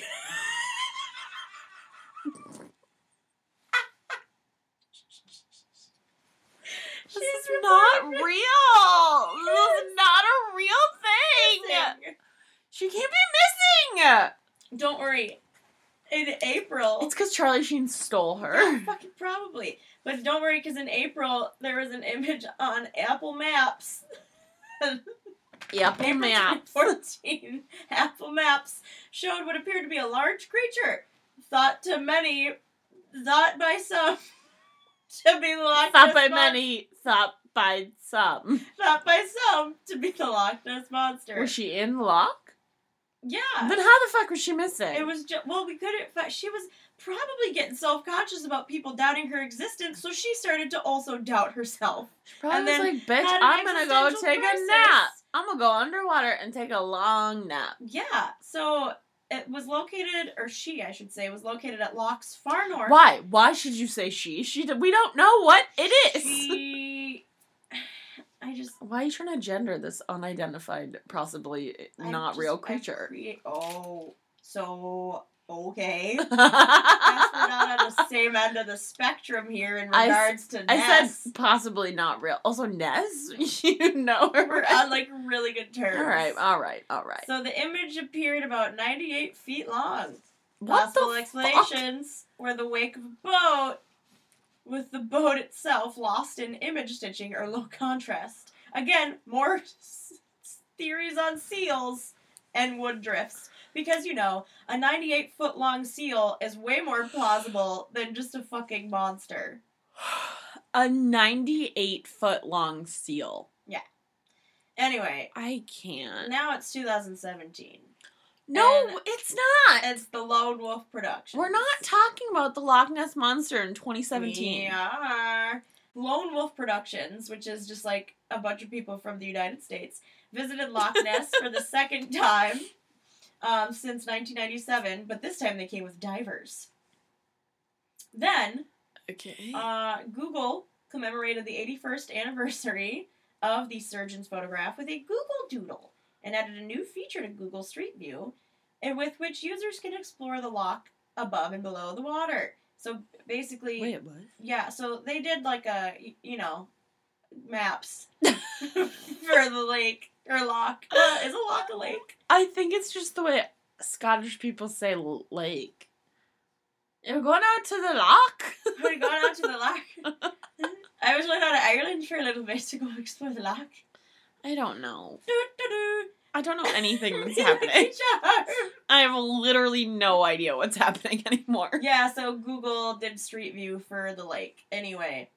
C: <laughs> This
B: She's
C: is not real!
B: reported
C: This is not a real thing!
B: missing.
C: She can't be missing!
B: Don't worry. In April,
C: It's because Charlie Sheen stole her.
B: Fucking probably. But don't worry, because in April there was an image on Apple Maps.
C: <laughs> Yep,
B: April
C: ma'am.
B: <laughs> 2014 Apple Maps showed what appeared to be a large creature, thought to many, thought by some <laughs> to be the Loch
C: Thought
B: Ness
C: by
B: Mon-
C: many, thought by some.
B: Not by some to be the Loch Ness monster.
C: Was she in Loch?
B: yeah.
C: Then how the fuck was she missing?
B: It was just well, we couldn't. But she was probably getting self conscious about people doubting her existence, so she started to also doubt herself.
C: Probably
B: and
C: was
B: then
C: like, bitch,
B: had an
C: I'm gonna go
B: existential
C: take a
B: crisis.
C: nap. I'm gonna go underwater and take a long nap.
B: Yeah, so it was located, or she, I should say, was located at Locks Far North.
C: Why? Why should you say she? She. d- We don't know what it is. <laughs>
B: She, <sighs> I just
C: Why are you trying to gender this unidentified, possibly
B: I
C: not
B: just-
C: real
B: I
C: creature?
B: create- oh, so okay.
C: <laughs>
B: Guess we're
C: I
B: not on the
C: <laughs>
B: same end of the spectrum here in
C: I s-
B: regards to Ness.
C: said possibly not real. Also, Ness, <laughs> you know her.
B: we're on like really good terms.
C: all right, all right, all right.
B: So the image appeared about 98 feet long.
C: What the
B: Possible
C: fuck?
B: explanations were the wake of a boat, with the boat itself lost in image stitching or low contrast. Again, more s- s- theories on seals and wood drifts. Because, you know, a 98 foot long seal is way more plausible than just a fucking monster.
C: <sighs> A 98 foot long seal.
B: Anyway,
C: I can't.
B: now it's 2017.
C: No,
B: And-
C: it's not.
B: It's the Lone Wolf production.
C: We're not talking about the Loch Ness monster in 2017.
B: We are. Lone Wolf Productions, which is just like a bunch of people from the United States, visited Loch Ness for the second time um, since 1997, but this time they came with divers. Then,
C: Okay.
B: uh, Google commemorated the 81st anniversary of the surgeon's photograph with a Google Doodle and added a new feature to Google Street View, and with which users can explore the loch above and below the water. So basically,
C: Wait, what?
B: yeah, so they did like a y- you know maps <laughs> for the lake or lock. Uh, is a lock a lake?
C: I think it's just the way Scottish people say l- lake. You're going out to the loch? <laughs>
B: Would have gone out to the lock. <laughs> I was going out to Ireland for a little bit to go explore the lock.
C: I don't know.
B: Do, do, do.
C: I don't know
B: <laughs>
C: anything that's
B: Really
C: happening.
B: good job. <laughs>
C: I have literally no idea what's happening <laughs> anymore.
B: Yeah, so Google did Street View for the lake. <laughs> Anyway,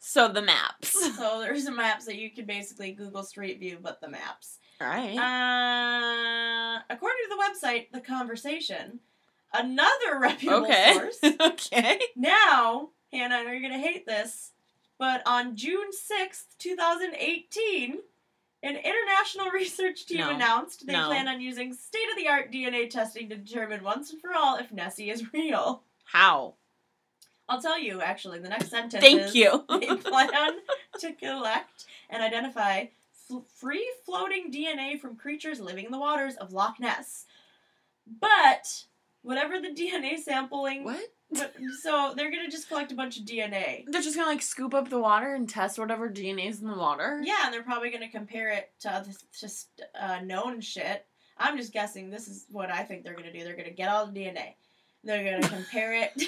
C: So the maps.
B: so there's some maps that you could basically Google Street View, but the maps.
C: All right.
B: Uh, according to the website, The Conversation, another reputable
C: okay. <laughs>
B: source.
C: okay.
B: Now, Hannah, I know you're going to hate this, but on June 6th, 2018, an international <laughs> research team
C: No.
B: announced they
C: No.
B: plan on using state of the art DNA testing to determine once and for all if Nessie is real.
C: How?
B: I'll tell you actually. The next sentence.
C: Thank
B: is, <laughs>
C: you. <laughs>
B: they plan to collect and identify fl- free floating DNA from creatures living in the waters of Loch Ness. But whatever the DNA sampling,
C: What?
B: but- so they're gonna just collect a bunch of DNA.
C: They're just gonna like scoop up the water and test whatever DNA's in the water.
B: Yeah, and they're probably gonna compare it to other just uh, known shit. I'm just guessing. This is what I think they're gonna do. They're gonna get all the DNA. They're gonna compare it. <laughs>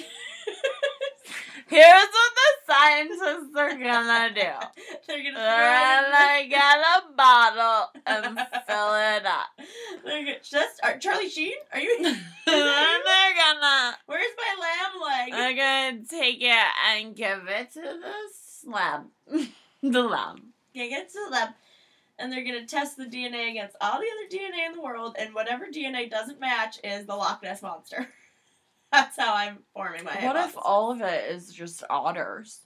C: Here's what the scientists are gonna do.
B: <laughs> they're gonna.
C: They're gonna get a bottle and fill it up.
B: <laughs> They're gonna- Just are, Charlie Sheen? Are you? <laughs>
C: And then they're gonna
B: Where's my lamb leg?
C: they're gonna take it and give it to the slab. <laughs> the lab.
B: Okay, get to the lab, and they're gonna test the DNA against all the other DNA in the world, and whatever DNA doesn't match is the Loch Ness monster. <laughs> That's how I'm forming my.
C: What if
B: hypothesis.
C: all of it is just otters?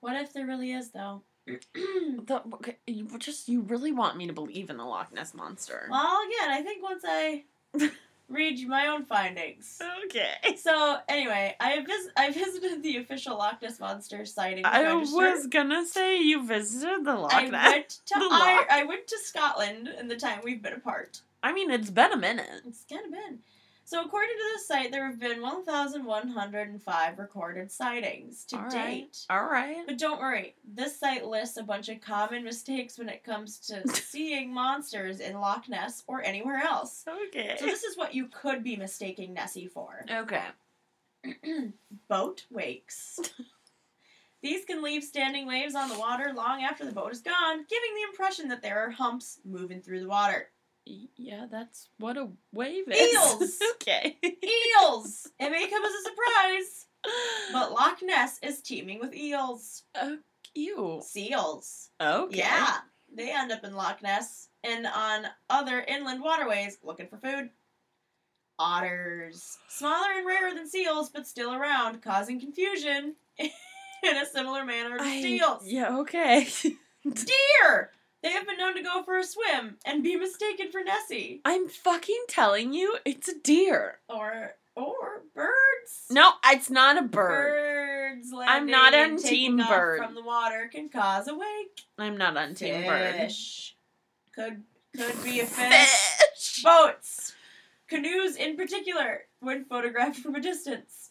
B: What if there really
C: <clears throat>
B: is though?
C: The, okay, you just you really want me to believe in the Loch Ness monster.
B: Well, again, I think once I <laughs> read you my own
C: <laughs>
B: findings.
C: Okay.
B: So anyway, I vis- I visited the official Loch Ness monster sighting.
C: I
B: register.
C: was gonna say you visited the Loch
B: I
C: Ness. I, <laughs>
B: went to
C: The
B: I,
C: Loch.
B: I went to Scotland in the time we've been apart.
C: mean, it's been a minute.
B: It's kind of been. So, according to this site, there have been 1,105 recorded sightings to
C: All right.
B: date.
C: All right.
B: But don't worry, this site lists a bunch of common mistakes when it
C: <laughs>
B: comes to seeing monsters in Loch Ness or anywhere else.
C: Okay.
B: So, this is what you could be mistaking Nessie for
C: <laughs> Okay.
B: boat wakes.
C: <laughs>
B: These can leave standing waves on the water long after the boat is gone, giving the impression that there are humps moving through the water.
C: Y- Yeah, that's what a wave is.
B: Eels!
C: <laughs> okay.
B: Eels!
C: <laughs>
B: It may come as a surprise, But Loch Ness is teeming with eels.
C: Ew.
B: Seals.
C: Okay.
B: Yeah, they end up in Loch Ness and on other inland waterways looking for food. Otters, smaller and rarer than seals, but still around, causing confusion <laughs> in a similar manner to
C: I-
B: seals.
C: <laughs> Yeah. Okay.
B: Deer, they have been known to go for a swim and be mistaken for Nessie
C: I'm fucking telling you, it's a deer.
B: or or birds.
C: No, it's not a bird.
B: Birds landing
C: I'm not on
B: and taking
C: team
B: off
C: bird.
B: from the water can cause a wake.
C: I'm not on team bird.
B: Fish could could be a fish.
C: Fish.
B: boats, canoes in particular, when photographed from a distance.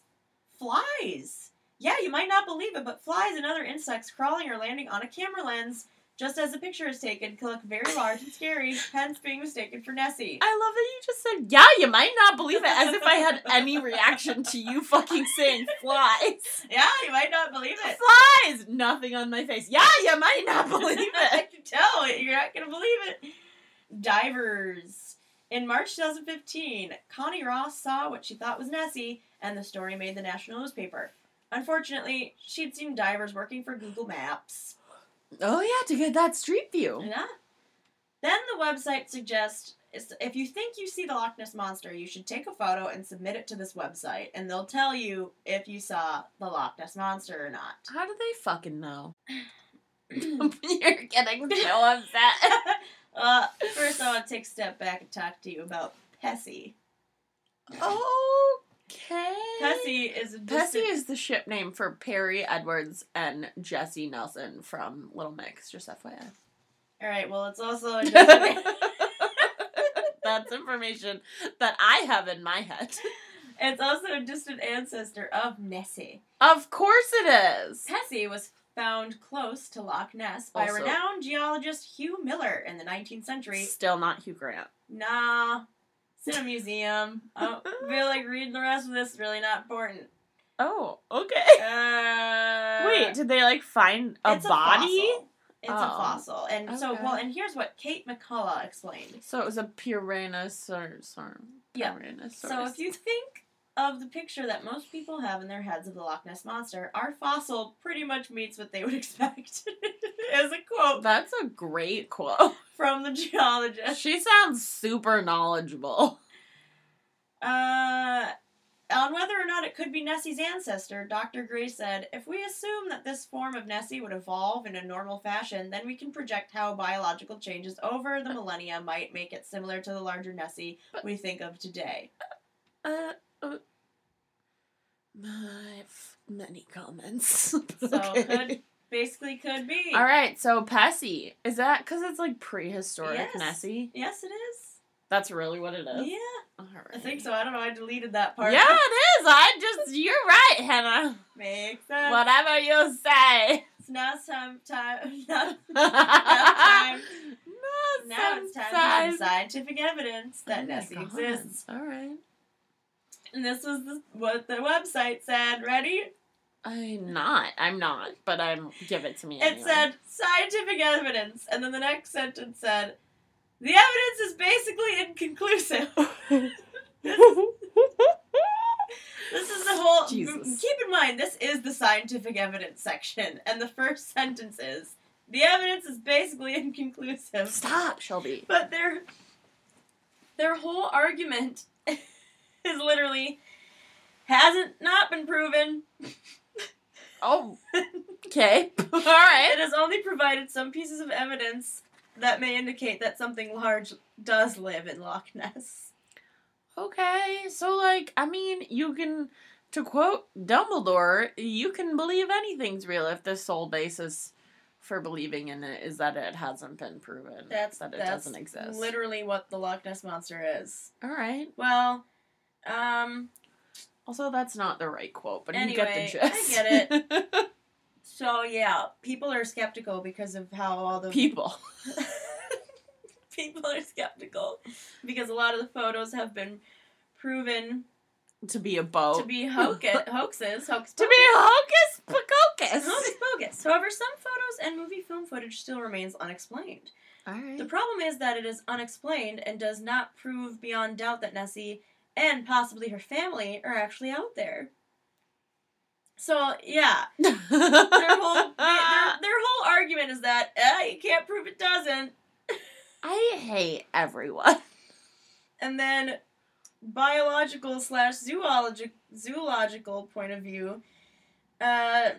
B: Flies. Yeah, you might not believe it, but flies and other insects crawling or landing on a camera lens just as the picture is taken can look very large and scary, hence being mistaken for Nessie.
C: I love that you just said, yeah, you might not believe it, as if I had any reaction to you fucking saying flies.
B: Yeah, you might not believe it.
C: Flies! Nothing on my face. Yeah, you might not
B: <laughs>
C: believe
B: I
C: it.
B: can tell it. You're not gonna believe it. Divers. In March 2015, Connie Ross saw what she thought was Nessie, and the story made the national newspaper. Unfortunately, she'd seen divers working for Google Maps.
C: <laughs> Oh, yeah, to get that street view.
B: Yeah. Then the website suggests is- if you think you see the Loch Ness Monster, you should take a photo and submit it to this website, and they'll tell you if you saw the Loch Ness Monster or not. <laughs>
C: How do they fucking <sighs> know? <laughs> You're getting so upset.
B: uh, first, I want to take a step back and talk to you about Pessie.
C: Okay.
B: Pessie is a
C: Pessie
B: distant-
C: is the ship name for Perry Edwards and Jesse Nelson from Little Mix, just FYI.
B: All right. Well, it's
C: <laughs>
B: also a distant-
C: That's information that I have in my head.
B: it's also a distant ancestor of Nessie.
C: Of course it is.
B: Pessie was found close to Loch Ness by
C: Also-
B: renowned geologist Hugh Miller in the 19th century.
C: Still not Hugh Grant.
B: Nah, it's in a museum.
C: <laughs>
B: I don't feel like reading the rest of this. It's really not important.
C: Oh, okay.
B: Uh,
C: Wait, did they like find a
B: it's
C: body?
B: fossil. It's a
C: Oh.
B: fossil, and so
C: Okay.
B: well. And here's what Kate McCullough explained.
C: so it was a Puranosaurus.
B: Yeah.
C: Puranosaurus.
B: So if you think of the picture that most people have in their heads of the Loch Ness monster, our fossil pretty much meets what they would <laughs> expect. As a quote
C: That's a great quote.
B: from the geologist.
C: She sounds super knowledgeable.
B: Uh on whether or not it could be Nessie's ancestor, Dr. Gray said, If we assume that this form of Nessie would evolve in a normal fashion, then we can project how biological changes over the millennia might make it similar to the larger Nessie we think of today.
C: Uh, uh, I have many comments. <laughs>
B: So could basically could be.
C: All right, so Pessie. Is that because it's like prehistoric
B: Yes.
C: Nessie?
B: Yes, it is.
C: That's really what it is?
B: Yeah.
C: All right.
B: I think so. I don't know. I deleted that part.
C: Yeah, it is. I just, you're right, Hannah.
B: <laughs> Makes sense.
C: Whatever you say.
B: It's now some time. <laughs> Now, time.
C: No,
B: now it's time for some scientific evidence that Nessie exists.
C: Oh All right.
B: And this was the, what the website said. Ready?
C: I'm not. I'm not, but I'm. Give it to me.
B: It
C: anyway.
B: said scientific evidence, and then the next sentence said, "The evidence is basically inconclusive." <laughs> This is the whole.
C: Jesus.
B: Keep in mind, this is the scientific evidence section, and the first <laughs> sentence is the evidence is basically
C: <laughs>
B: inconclusive.
C: Stop, Shelby.
B: But their their whole argument <laughs> is literally hasn't not been proven. <laughs>
C: Oh. Okay. All
B: It
C: right.
B: has only provided some pieces of evidence that may indicate that something large does live in Loch Ness.
C: Okay. So, like, I mean, you can, to quote Dumbledore, you can believe anything's real if the sole basis for believing in it is that it hasn't been proven.
B: That's
C: that it
B: that's
C: doesn't exist.
B: Literally, what the Loch Ness monster is.
C: All right.
B: Well, um.
C: Also, that's not the right quote, but
B: Anyway,
C: you
B: I
C: get the gist.
B: get
C: it.
B: So yeah, people are skeptical because of how all the
C: <laughs> People.
B: <laughs> people are skeptical because a lot of the photos have been proven
C: To be a boat.
B: to be hoke- hoaxes, hoax
C: Oh. To be hocus pocus.
B: <laughs> Hocus pocus. However, some photos and movie film footage still remains unexplained.
C: All
B: The
C: right.
B: problem is that it is unexplained and does not prove beyond doubt that Nessie and possibly her family are
C: <laughs>
B: actually out there. So yeah, their whole their, their argument is that uh, you can't prove it doesn't.
C: I hate everyone.
B: And then biological slash zoologic zoological point of view. Uh,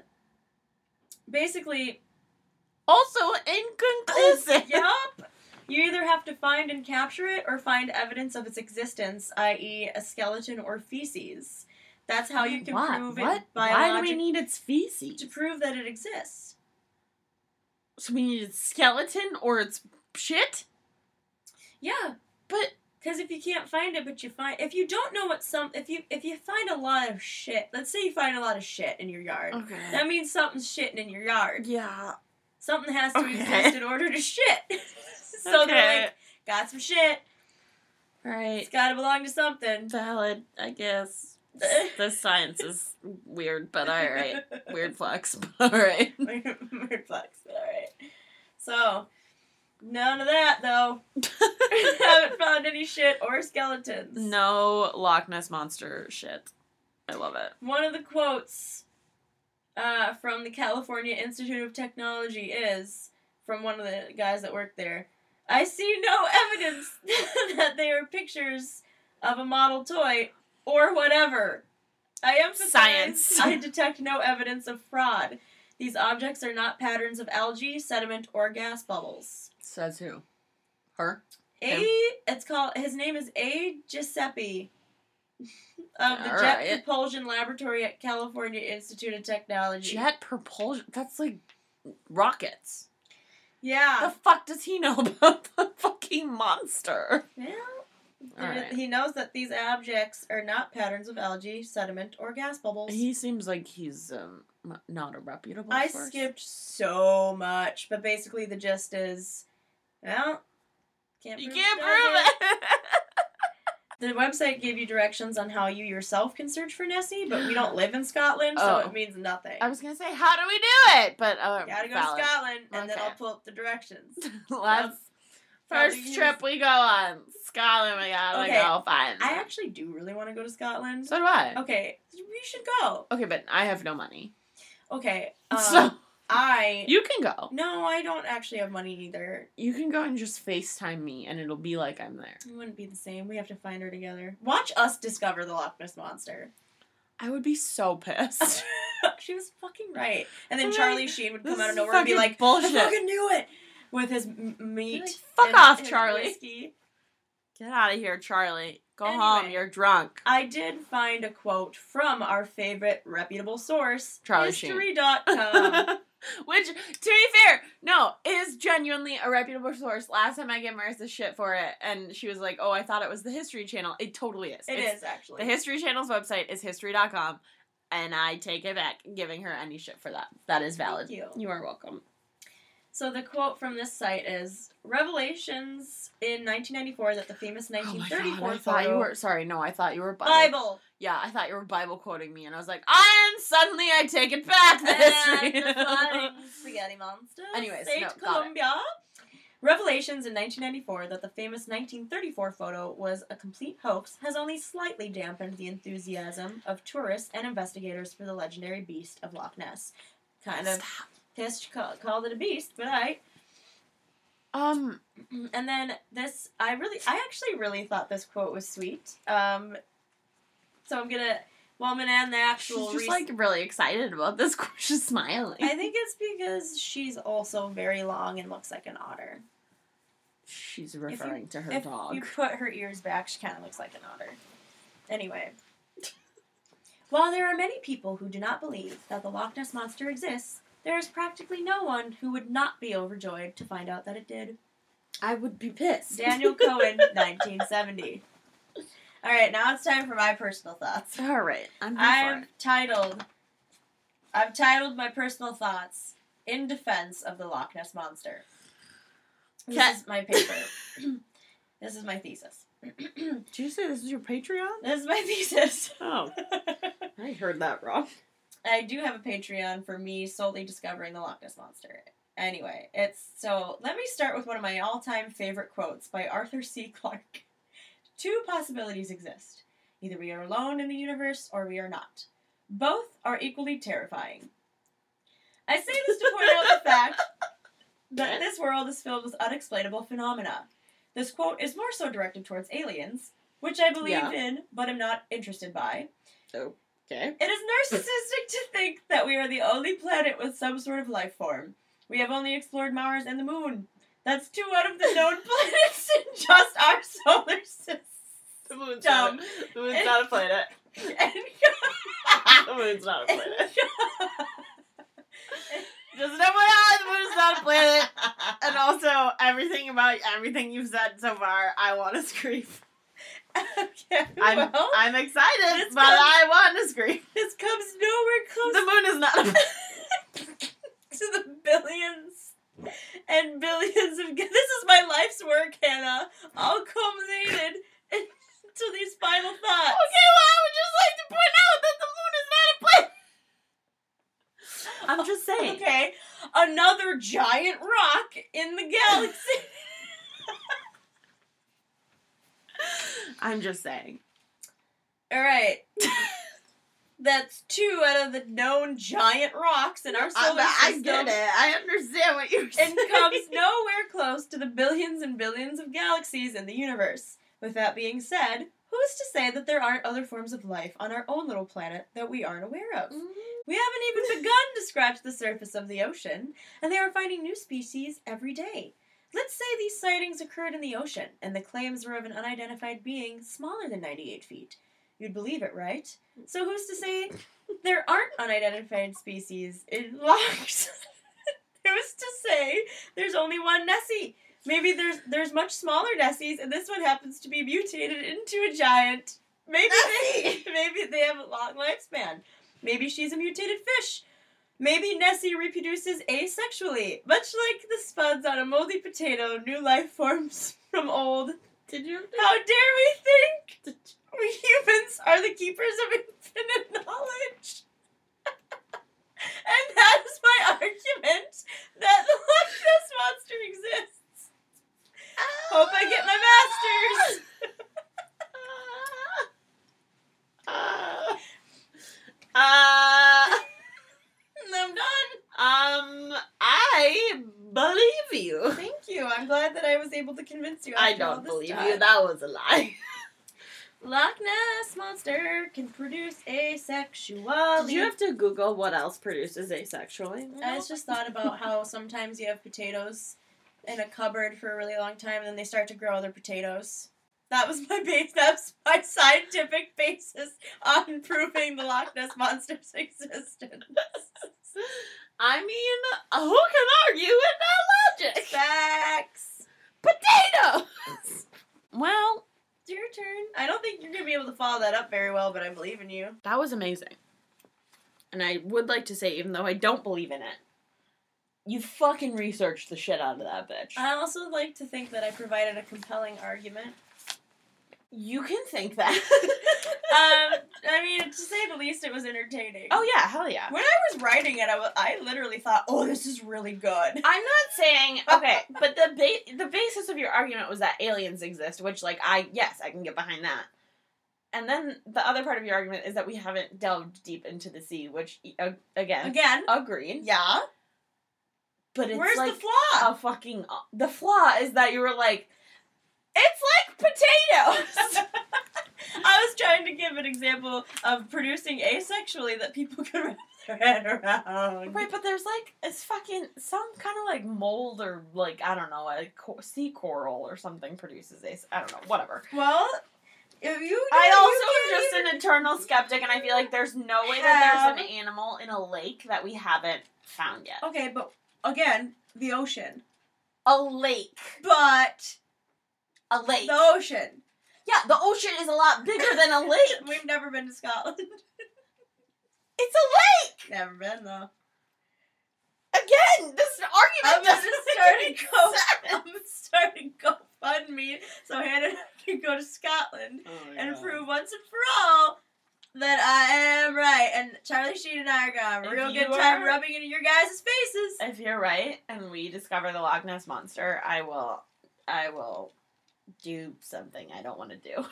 B: basically, <laughs>
C: Also inconclusive.
B: yup. You either have to find and capture it or find evidence of its existence, i.e., a skeleton or feces. That's how you can
C: Why-
B: prove
C: what?
B: it
C: Why do we
B: biologically
C: need its feces?
B: to prove that it exists.
C: So we need its skeleton or its shit?
B: Yeah,
C: But
B: because if you can't find it, but you find if you don't know what some if you if you find a lot of shit, let's say you find a lot of shit in your yard,
C: okay.
B: that means something's shitting in your yard.
C: Yeah.
B: Something has to
C: Okay.
B: exist in order to shit. <laughs> so
C: Okay.
B: they're like, got some shit.
C: All right.
B: It's got to belong to something.
C: Valid, I <laughs> guess. the science is weird, but all right.
B: <laughs>
C: Weird flex, <laughs> but all right.
B: Weird flex, but alright. So, none of that though. <laughs> Haven't found any shit or skeletons.
C: No Loch Ness monster shit. I love it.
B: One of the quotes uh, from the California Institute of Technology is from one of the guys that worked there I see no evidence <laughs> that they are pictures of a model toy or whatever. I emphasize
C: Science.
B: I detect no evidence of fraud. These objects are not patterns of algae, sediment, or gas bubbles.
C: Says who? Her.
B: A. It's called. His name is A. Giuseppe
C: <laughs>
B: of the
C: All
B: Jet
C: right.
B: Propulsion Laboratory at California Institute of Technology.
C: Jet propulsion. That's like rockets. The
B: Yeah.
C: fuck does he know <laughs> about the fucking monster?
B: Well,
C: All
B: there-
C: right.
B: he knows that these objects are not patterns of algae, sediment, or gas bubbles.
C: He seems like he's um, m- not a reputable.
B: I
C: source.
B: skipped so much, but basically the gist is, well, can't
C: You
B: prove
C: can't
B: it
C: prove
B: doesn't.
C: it.
B: The website gave you directions on how you yourself can search for Nessie, but
C: <gasps>
B: we don't live in Scotland,
C: Oh.
B: so it means nothing.
C: I was gonna say, how do we do it? But uh,
B: Gotta go
C: valid.
B: to
C: <laughs>
B: Scotland, and then
C: Okay.
B: I'll pull up
C: <laughs>
B: the directions.
C: Last
B: Probably
C: first
B: use-
C: trip we go on Scotland. We gotta
B: Okay.
C: go find.
B: I actually do really want to go to Scotland.
C: so do I. Okay.
B: Okay, we should go.
C: but I have no money, <laughs>
B: Okay, um,
C: so
B: I
C: you can go.
B: no, I don't actually have money either.
C: You can go and just Facetime me, and it'll be like I'm there.
B: It wouldn't be the same. We have to find her together. Watch us discover the Loch Ness monster. <laughs>
C: I would be so <laughs> pissed.
B: she was fucking right. And then
C: Right.
B: Charlie Sheen would
C: This
B: come out
C: is
B: of nowhere and be
C: fucking
B: like,
C: bullshit.
B: "I fucking knew it," with his m- meat.
C: You're like, "Fuck
B: and
C: off,
B: his
C: Charlie."
B: whiskey.
C: Get out of here, Charlie. Go
B: Anyway.
C: home. You're drunk.
B: I did find a quote from our favorite reputable source,
C: Charlie Sheen. <laughs>
B: <laughs> History.com.
C: Um, Which, to be fair, no, is genuinely a reputable source. Last time I gave Marissa shit for it, and she was like, "Oh, I thought it was the History Channel." It totally is.
B: It
C: It's-
B: is actually.
C: The History Channel's website is history.com, and I take it back, giving her any shit for that. That is valid.
B: Thank you.
C: are welcome.
B: so the quote from this site is revelations in 1994 that the famous 1934
C: Oh I thought
B: photo
C: you were sorry. No, I thought you were Bible. <laughs>
B: Bible.
C: Yeah, I thought you were Bible quoting me, and I was like, and suddenly I take it back.
B: <laughs>
C: The
B: and
C: history. <laughs>
B: the flying spaghetti monster.
C: Anyways,
B: saved
C: no, got it.
B: Colombia. Revelations in 1994 that the famous 1934 photo was a complete hoax has only slightly dampened the enthusiasm of tourists and investigators for the legendary beast of Loch Ness. Kind of pissed, call, called it a beast, but I.
C: um,
B: Mm, And then this, I really, I actually really thought this quote was sweet. Um, so I'm gonna, well, I'm gonna end the
C: she's
B: actual.
C: just
B: rec-
C: like really excited about this. <laughs> She's smiling.
B: I think it's because she's also very long and looks like an otter.
C: She's referring to her
B: if
C: dog.
B: You put her ears back, she kind of looks like an otter. Anyway. <laughs> While there are many people who do not believe that the Loch Ness Monster exists, there is practically no one who would not be overjoyed to find out that it did.
C: I would be pissed.
B: Daniel Cohen, 1970. All right, now it's time for my personal
C: <laughs>
B: thoughts.
C: All right, I'm here for
B: I've
C: it.
B: titled I've titled my personal thoughts in defense of the Loch Ness monster. This
C: Okay.
B: is my paper. this is my thesis.
C: Did you say this is your Patreon?
B: This is my thesis.
C: <laughs> Oh, I heard that wrong.
B: I do have a Patreon for me solely discovering the Loch Ness monster. Anyway, it's so let me start with one of my all-time favorite quotes by Arthur C. Clarke. Two possibilities exist. Either we are alone in the universe or we are not. Both are equally terrifying. I say this to point out the fact that this world is filled with unexplainable phenomena. This quote is more so directed towards aliens, which I believe
G: Yeah.
B: in, but am not interested by.
G: Okay.
B: It is narcissistic to think that we are the only planet with some sort of life form. We have only explored Mars and the Moon. That's two out of the known <laughs> planets in just our solar system. <laughs>
C: The moon's,
B: Dumb.
C: Not, a, the moon's not a planet.
B: And
C: The moon's not a <laughs> planet. Just an FYI, the moon is not a <laughs> planet. And also, everything about everything you've said so far, I want to scream.
B: <laughs> okay,
C: I'm,
B: well,
C: I'm excited,
B: this
C: but
B: comes-
C: I want to scream.
B: this comes nowhere close
C: The moon is not a planet.
B: <laughs> to the billions and billions of. This is my life's work, Hannah. All culminated <laughs> into these final thoughts.
C: Okay, well, I would just like to point out that the moon is not a planet. I'm just saying.
B: <laughs> Okay, another giant rock in the galaxy.
C: <laughs> I'm just saying.
B: <laughs> All right. <laughs> That's two out of the known giant rocks in our
C: I,
B: solar
C: I
B: system.
C: get it. I understand what you're saying.
B: and comes nowhere close to the billions and billions of galaxies in the universe. With that being said, who's to say that there aren't other forms of life on our own little planet that we aren't aware of? We haven't even begun to scratch the surface of the ocean, and they are finding new species every day. Let's say these sightings occurred in the ocean, and the claims were of an unidentified being smaller than 98 feet. You'd believe it, right? So who's to say there aren't unidentified species in <laughs> logs? who's to say there's only one Nessie? Maybe there's there's much smaller Nessies, and this one happens to be mutated into a giant. Maybe they, <laughs> maybe they have a long lifespan. Maybe she's a mutated fish. Maybe Nessie reproduces asexually, much like the spuds on a moldy potato. New life forms from old.
C: Did you?
B: How dare we think we humans are the keepers of infinite knowledge? <laughs> and that is my argument that the Loch Ness monster exists. Hope I get my <laughs> masters.
C: Uh, <laughs> uh,
B: I'm done.
C: um, I believe you.
B: Thank you. I'm glad that I was able to convince you.
C: I
B: after all
C: don't
B: this
C: believe you.
B: time.
C: That was a lie.
B: Loch Ness monster can produce asexuality.
C: to Google what else produces asexually?
B: I was just thought about <laughs> how sometimes you have potatoes in a cupboard for a really long time, and then they start to grow other potatoes. That was my base. <laughs> That's my scientific basis on proving the Loch Ness monster's <laughs> existence.
C: I mean, who can argue with that logic?
B: Facts.
C: Potatoes. well,
B: It's Your turn. I don't think you're gonna be able to follow that up very well, but I believe in you.
C: that was amazing. And I would like to say, even though I don't believe in it, you fucking researched the shit out of that bitch.
B: I also like to think that I provided a compelling <laughs> argument.
C: you can think <laughs> that.
B: Um, I mean, to say the least, it was entertaining.
C: oh yeah, hell yeah.
B: When I was writing it, I wa- I literally thought, oh, this is really good.
C: I'm not saying <laughs> okay, but the ba- the basis of your argument was that aliens exist, which like I yes I can get behind that. And then the other part of your argument is that we haven't delved deep into the sea, which uh, again
B: <laughs> Again,
C: agreed.
B: yeah.
C: But it's
B: Where's
C: like
B: the flaw?
C: a fucking uh, the flaw is that you were like, it's like potatoes.
B: <laughs> I was trying to give an example of producing asexually that people could wrap their head around.
C: Wait, but there's like it's fucking some kind of like mold or like I don't know a co- sea coral or something produces this. I don't know, whatever.
B: Well, if you,
C: I
B: you
C: also
B: can't
C: am just
B: even-
C: an eternal skeptic, and I feel like there's no way that there's an animal in a lake that we haven't found yet.
B: okay, but again, the ocean,
C: A lake,
B: but
C: a lake.
B: the ocean.
C: Yeah, the ocean is a lot bigger than <laughs> a lake.
B: We've never been to Scotland. <laughs>
C: It's a
B: never been though.
C: <laughs> lake again. This
B: I'm
C: argument
B: gonna
C: doesn't
B: start
C: <laughs>
B: a
C: make
B: go.
C: sense.
B: I'm starting GoFundMe so Hannah and I can go to Scotland
C: Oh,
B: and prove once and for all that I am right. And Charlie Sheen and I are gonna have a
C: If
B: real
C: you
B: good time
C: are-
B: rubbing into your guys' faces.
C: If you're right, and we discover the Loch Ness monster, I will, I will do <laughs> something I don't want to do.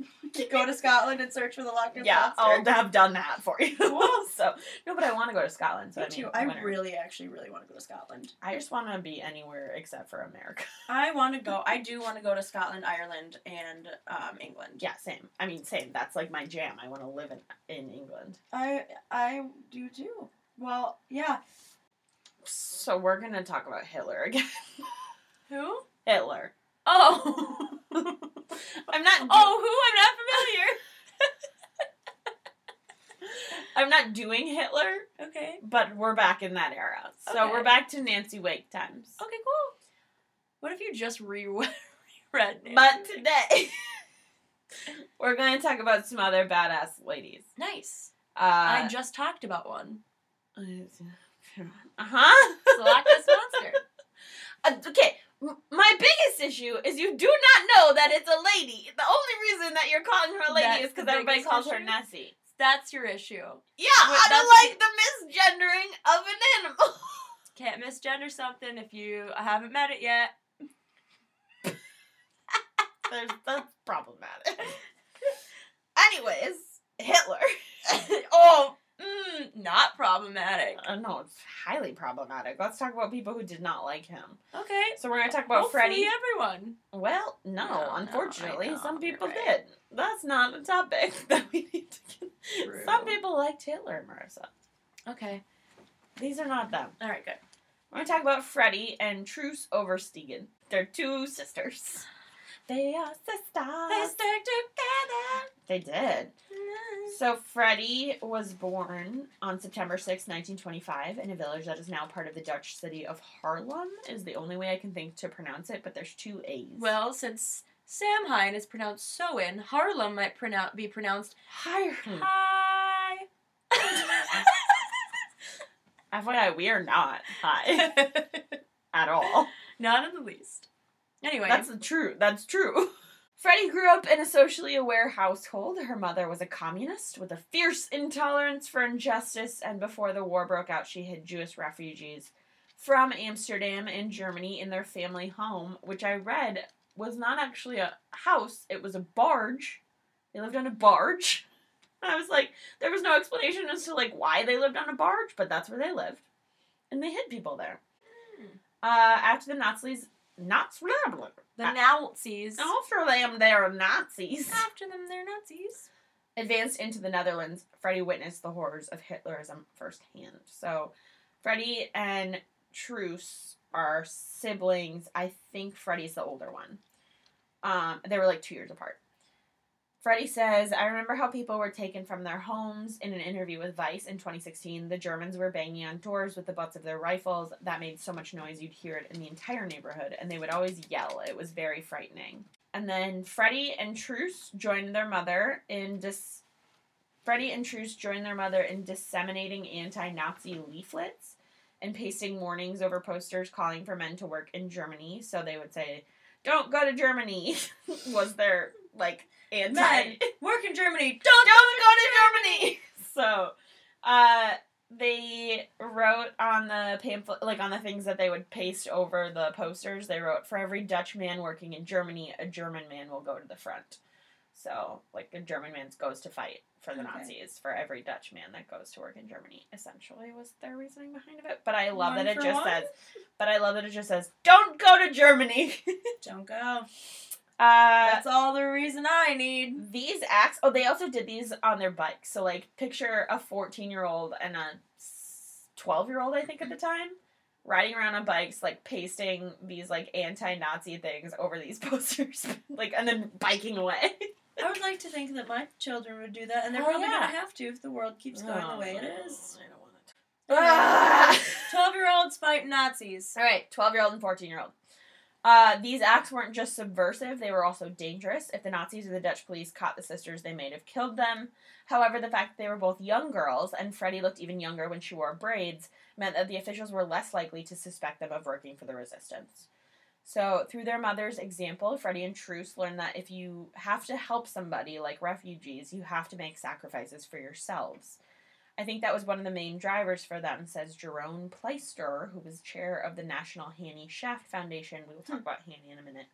C: I don't
B: go to Scotland and search for the Loch Ness
C: Yeah, I'll
B: monster.
C: have done that for you. <laughs> so no, but I want to go to Scotland. So
B: Me
C: I mean,
B: too. I
C: winter.
B: really, actually, really want to go to Scotland.
C: I just want to be anywhere except for America. <laughs>
B: I want to go. I do want to go to Scotland, Ireland, and um, England.
C: Yeah, same. I mean, same. That's like my jam. I want to live in in England.
B: I I do too. Well, yeah.
C: So we're gonna talk about Hitler again. <laughs>
B: Who?
C: Hitler.
B: Oh. <laughs>
C: I'm not. do-
B: oh,
C: I'm not doing Hitler,
B: who? I'm not familiar. Okay.
C: but we're back in that era. So
B: Okay.
C: we're back to Nancy Wake times.
B: Okay, cool. What if you just re- <laughs> reread it?
C: But today, <laughs> we're gonna talk about some other badass ladies.
B: nice. I
C: <laughs> Uh
B: just talked about one. <laughs>
C: huh.
B: It's the Loch Ness <laughs> monster.
C: Uh, okay, m- my biggest issue is you do not know that it's a lady. The only reason that you're calling her a lady
B: That's
C: is because
B: the
C: everybody
B: biggest
C: calls her
B: issue?
C: Nessie.
B: That's your issue.
C: Yeah,
B: Wait,
C: I
B: that's-
C: don't like the misgendering of an animal. <laughs>
B: Can't misgender something if you I haven't met it yet. <coughs>
C: There's, that's problematic. <laughs> Anyways, Hitler. oh,
B: Mm, not problematic.
C: uh, no, it's highly problematic. Let's talk about people who did not like him.
B: Okay.
C: So we're gonna talk about
B: Hopefully
C: Freddie.
B: everyone.
C: Well, no,
B: No, no, I
C: unfortunately,
B: know,
C: some
B: you're
C: people
B: right.
C: did. That's not a topic <laughs> that we need to get. Some people liked Hitler, Marissa.
B: Okay.
C: These are not them.
B: All right, good.
C: We're gonna talk about Freddie and Truce Overstegen. They're two sisters. <sighs> They are sisters. They did. So Freddie was born on September 6, 1925, in a village that is now part of the Dutch city of Haarlem. Is the only way I can think to pronounce it, but there's two A's.
B: Well, since Samhain is pronounced Soin, Harlem might pronoun- be pronounced Hmm.
C: Haarlem.
B: Hi. <laughs>
C: FYI, we are not high <laughs> at all.
B: Not in the least. Anyway.
C: That's the true. That's true. <laughs> Freddie grew up in a socially aware household. Her mother was a communist with a fierce intolerance for injustice, and before the war broke out, she hid Jewish refugees from Amsterdam and Germany in their family home, which I read was not actually a house, it was a barge. They lived on a barge. <laughs> And I was like, there was no explanation as to like why they lived on a barge, but that's where they lived. And they hid people there. Uh, after the Nazis, Nazis,
B: the Nazis.
C: after them, they're Nazis.
B: After them, they're Nazis.
C: Advanced into the Netherlands, Freddie witnessed the horrors of Hitlerism firsthand. So, Freddie and Truce are siblings. I think Freddie's the older one. Um, they were like two years apart. Freddie says, I remember how people were taken from their homes. In an interview with Vice in 2016, the Germans were banging on doors with the butts of their rifles. That made so much noise you'd hear it in the entire neighborhood, and they would always yell. It was very frightening. And then Freddie and Truce joined their mother in dis- Freddie and Truce joined their mother in disseminating anti-Nazi leaflets and pasting warnings over posters calling for men to work in Germany. So they would say, "Don't go to Germany," <laughs> was their like anti.
B: Men, work in Germany.
C: Don't, go to Germany. <laughs> So, uh, they wrote on the pamphlet, like on the things that they would paste over the posters. They wrote, "For every Dutch man working in Germany, a German man will go to the front." So, like a German man goes to fight for the
B: Okay.
C: Nazis. For every Dutch man that goes to work in Germany, essentially was their reasoning behind of it. But I love
B: One
C: that it
B: for
C: just
B: one?
C: says, "But I love that it just says, don't go to Germany." <laughs>
B: Don't go.
C: Uh,
B: That's all the reason I need.
C: these acts oh they also did these on their bikes so like picture a 14 year old and a 12 year old i think at the time riding around on bikes like pasting these like anti-nazi things over these <laughs> posters like and then biking away
B: I would like to think that my children would do that, and they're
C: Oh,
B: probably
C: yeah.
B: gonna have to if the world keeps going the way it is.
C: i don't want to
B: Ah! Twelve-year-olds fighting Nazis.
C: all right 12 year old and 14 year old uh, these acts weren't just subversive, they were also dangerous. If the Nazis or the Dutch police caught the sisters, they may have killed them. However, the fact that they were both young girls, and Freddie looked even younger when she wore braids, meant that the officials were less likely to suspect them of working for the resistance. So, through their mother's example, Freddie and Truce learned that if you have to help somebody, like refugees, you have to make sacrifices for yourselves. I think that was one of the main drivers for them, says Jerome Pleister, who was chair of the National Hanny Shaft Foundation. We will talk about Hanny in a minute.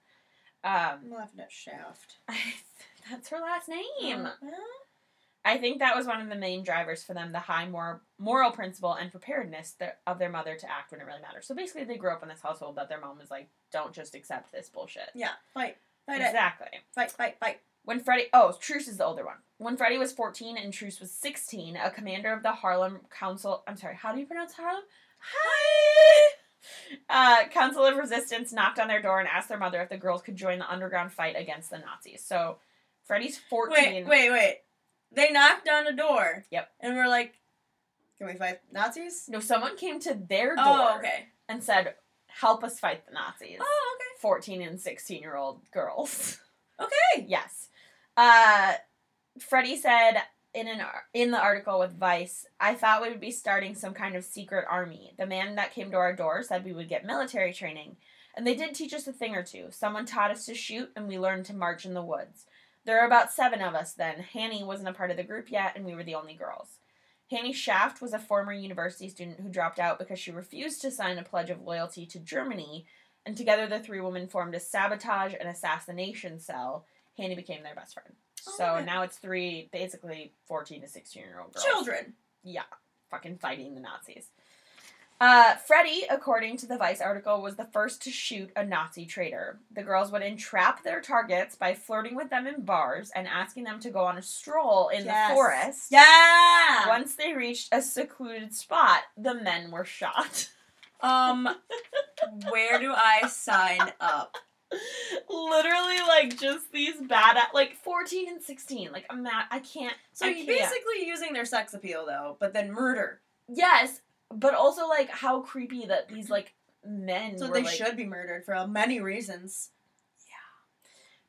C: Um, <laughs>
B: I'm <laughs> laughing at Shaft.
C: that's her last name.
B: Uh-huh.
C: I think that was one of the main drivers for them the high mor- moral principle and preparedness th- of their mother to act when it really matters. So basically, they grew up in this household that their mom was like, don't just accept this bullshit.
B: Yeah, fight, fight it,
C: Exactly.
B: fight, fight, fight.
C: uh, When Freddie, oh, Truce is the older one. When Freddie was 14 and Truce was 16, a commander of the Harlem Council, I'm sorry, how do you pronounce Harlem? Hi! <laughs> Uh, Council of Resistance knocked on their door and asked their mother if the girls could join the underground fight against the Nazis. So Freddie's 14.
B: Wait, wait, wait. They knocked on a door.
C: Yep.
B: And we're like, can we fight Nazis?
C: No, someone came to their door
B: Oh, okay.
C: and said, help us fight the Nazis.
B: Oh,
C: 14 and 16 year old girls.
B: okay. Okay.
C: <laughs> Yes. Uh, Freddie said in an ar- in the article with Vice, I thought we would be starting some kind of secret army. The man that came to our door said we would get military training, and they did teach us a thing or two. Someone taught us to shoot, and we learned to march in the woods. There were about seven of us then. Hanny wasn't a part of the group yet, and we were the only girls. Hanny Shaft was a former university student who dropped out because she refused to sign a pledge of loyalty to Germany, and together the three women formed a sabotage and assassination cell Handy became their best friend.
B: Oh,
C: so
B: okay.
C: now it's three, basically 14 to 16 year old girls.
B: Children.
C: Fucking fighting the Nazis. Uh, Freddie, according to the Vice article, was the first to shoot a Nazi traitor. The girls would entrap their targets by flirting with them in bars and asking them to go on a stroll in
B: Yes.
C: the forest.
B: Yeah.
C: Once they reached a secluded spot, the men were shot. <laughs>
B: <laughs> Um, where do I sign up?
C: Literally, like just these bad, like fourteen and sixteen. Like I'm not, I can't.
B: So
C: I
B: you're
C: can't.
B: basically using their sex appeal though, but then murder.
C: Yes, but also like how creepy that these like men
B: So
C: were,
B: they
C: like-
B: should be murdered for many reasons.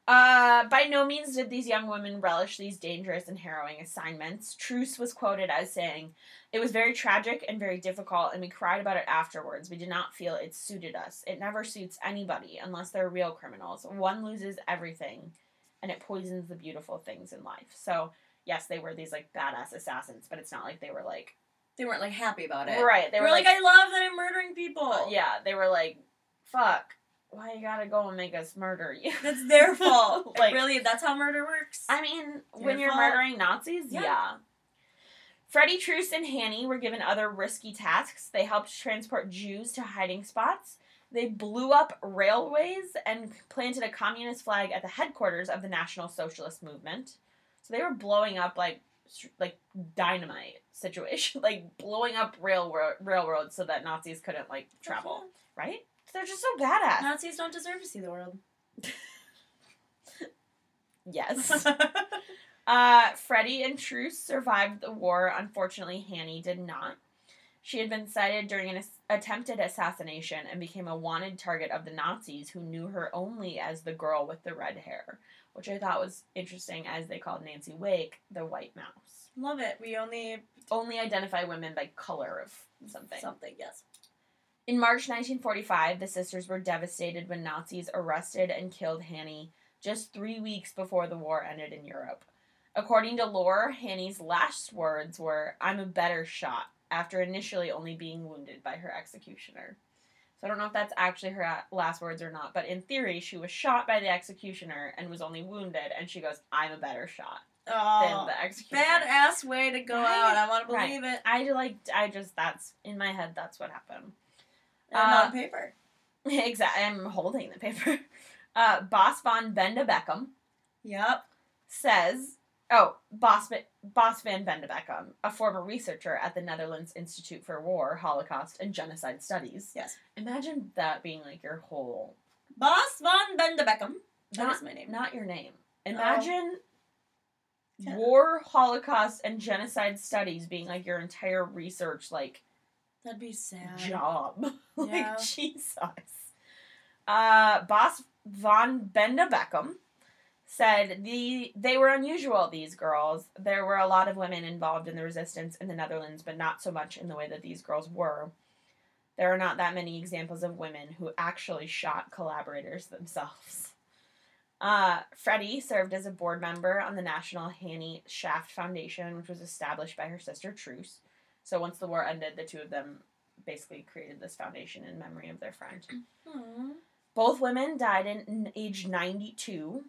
C: Uh, by no means did these young women relish these dangerous and harrowing assignments. Truce was quoted as saying, "It was very tragic and very difficult, and we cried about it afterwards. We did not feel it suited us. It never suits anybody unless they're real criminals. One loses everything, and it poisons the beautiful things in life." So. Yes, they were these like badass assassins, but it's not like they were like
B: They weren't like happy about it.
C: right. They
B: They
C: were,
B: were
C: like
B: like, I love that I'm murdering people.
C: Well, yeah, they were like, "Fuck, why you gotta go and make us murder you?"
B: That's their
C: <laughs>
B: fault.
C: Like-
B: really, that's how murder works.
C: I mean, when you're
B: Your fault.
C: murdering Nazis, yeah.
B: Yeah.
C: Freddie Truce and Hanny were given other risky tasks. They helped transport Jews to hiding spots. They blew up railways and planted a communist flag at the headquarters of the National Socialist Movement. So they were blowing up like str- like dynamite situation, <laughs> like blowing up railroad railroads so that Nazis couldn't like travel,
B: Mm-hmm.
C: right? They're just so badass.
B: Nazis don't deserve to see the world.
C: Yes. uh, Freddie and Truce survived the war. Unfortunately, Hanny did not. She had been sighted during an ass- attempted assassination and became a wanted target of the Nazis, who knew her only as the girl with the red hair, which I thought was interesting, as they called Nancy Wake the White Mouse.
B: Love it. We only
C: Only identify women by color of something.
B: something. Yes.
C: In March 1945, the sisters were devastated when Nazis arrested and killed Hanny just three weeks before the war ended in Europe. According to lore, Hanny's last words were, I'm a better shot, after initially only being wounded by her executioner. So I don't know if that's actually her a- last words or not, but in theory, she was shot by the executioner and was only wounded, and she goes, I'm a better shot than
B: Oh,
C: the executioner.
B: badass way to go
C: Right.
B: out. I want to
C: Right.
B: believe it.
C: I do like, I just, that's, in my head, that's what happened.
B: And
C: Uh,
B: on paper.
C: <laughs> Exactly. I'm holding the paper. <laughs> Uh, Boss von Benda Beckham
B: Yep.
C: says, oh, Boss, Ba- Boss van Benda Beckham, a former researcher at the Netherlands Institute for War, Holocaust, and Genocide Studies.
B: Yes.
C: Imagine that being like your whole,
B: Boss von Bendebeckham. That
C: Not-
B: is my name.
C: not your name. Imagine
B: Yeah.
C: war, Holocaust, and Genocide Studies being like your entire research, like,
B: That'd be sad.
C: job.
B: Yeah.
C: <laughs> like Jesus. Uh, Boss von Benda Beckham said the they were unusual. These girls. There were a lot of women involved in the resistance in the Netherlands, but not so much in the way that these girls were. There are not that many examples of women who actually shot collaborators themselves. Uh, Freddie served as a board member on the National Hanny Shaft Foundation, which was established by her sister Truce. So once the war ended, the two of them basically created this foundation in memory of their friend.
B: Aw.
C: Both women died in in age 92.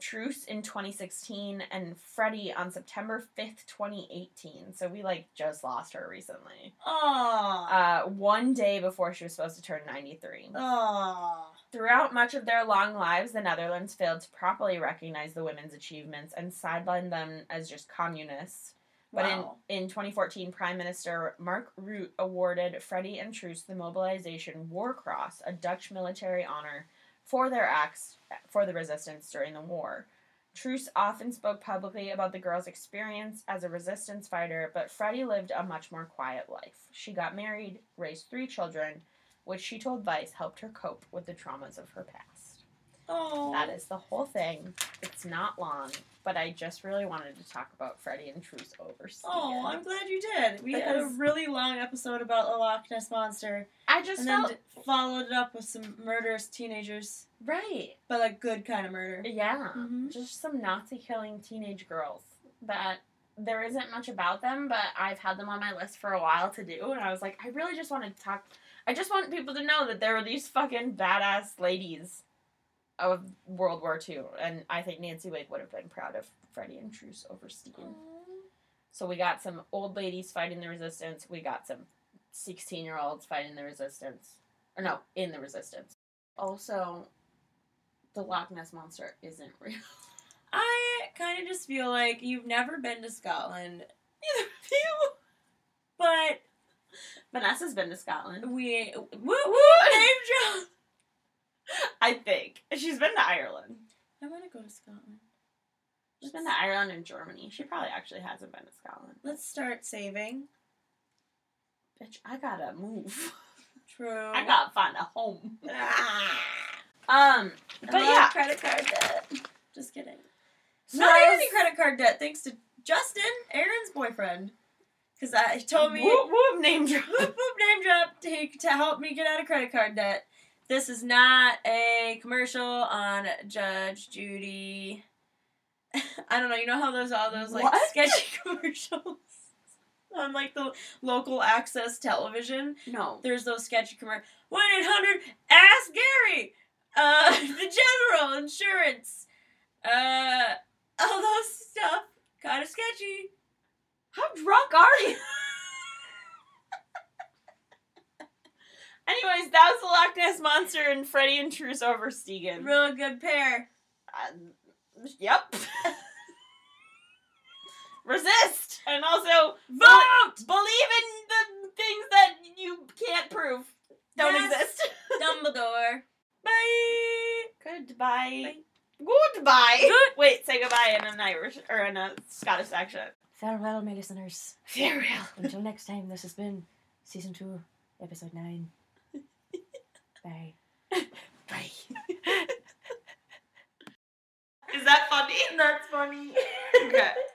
C: Truce in 2016 and Freddie on September 5th, 2018. So we like just lost her recently.
B: Aww.
C: Uh, one day before she was supposed to turn 93.
B: Aww.
C: Um, Throughout much of their long lives, the Netherlands failed to properly recognize the women's achievements and sidelined them as just communists. But
B: Wow.
C: in, in 2014, Prime Minister Mark Rutte awarded Freddie and Truce the Mobilization War Cross, a Dutch military honor, for their acts for the resistance during the war. Truce often spoke publicly about the girl's experience as a resistance fighter, but Freddie lived a much more quiet life. She got married, raised three children, which she told Vice helped her cope with the traumas of her past.
B: Oh.
C: That is the whole thing. It's not long, but I just really wanted to talk about Freddie and Truce overseas.
B: Oh, I'm glad you did. We had a
C: Because-
B: really long episode about the Loch Ness monster,
C: I just
B: and then
C: felt
B: d- followed it up with some murderous teenagers,
C: right.
B: but like good kind of murder.
C: Yeah.
B: Mhm.
C: Just some Nazi killing teenage girls that there isn't much about them, but I've had them on my list for a while to do, and I was like, I really just want to talk. I just want people to know that there were these fucking badass ladies of World War II, and I think Nancy Wade would have been proud of Freddie and Truce over Steen. So we got some old ladies fighting the resistance, we got some 16 year olds fighting the resistance, or no, in the resistance. Also, the Loch Ness Monster isn't real.
B: I kind of just feel like you've never been to Scotland, either of you. But
C: Vanessa's been to Scotland.
B: we woo woo name drop.
C: I think. She's been to Ireland.
B: I want to go to Scotland.
C: She's been to Ireland and Germany. She probably actually hasn't been to Scotland.
B: Let's start saving.
C: Bitch, I gotta move.
B: True.
C: <laughs>
B: Ah.
C: I gotta find a home. um, but yeah.
B: credit card debt. Just kidding.
C: So
B: Not
C: I was-
B: any credit card debt, thanks to Justin, Aaron's boyfriend, because I he told me
C: Whoop, whoop, <laughs> name drop.
B: boop boop name drop to, to help me get out of credit card debt. This is not a commercial on Judge Judy. <laughs> I don't know. You know how those all those like
C: What?
B: sketchy <laughs> commercials on like the local access television.
C: No.
B: There's those sketchy commercials. One eight hundred Ask Gary. Uh, <laughs> the General Insurance. Uh, all those stuff. Kind of sketchy.
C: How drunk are you? <laughs> Anyways, that was the Loch Ness Monster and Freddy and Truce over Stegan.
B: Real good pair.
C: Um, yep. <laughs> Resist and also vote. believe in the things that you can't prove don't
B: Yes.
C: exist.
B: Dumbledore.
C: Bye. Goodbye.
B: Bye.
C: Goodbye. Wait, say goodbye in an Irish or in a Scottish accent.
H: Farewell, my listeners. <laughs>
C: Farewell.
H: Until next time, this has been season two, episode
C: <laughs>
H: nine. Bye.
C: Bye. <laughs> <laughs>
H: <laughs>
C: Is that funny? That's funny. okay.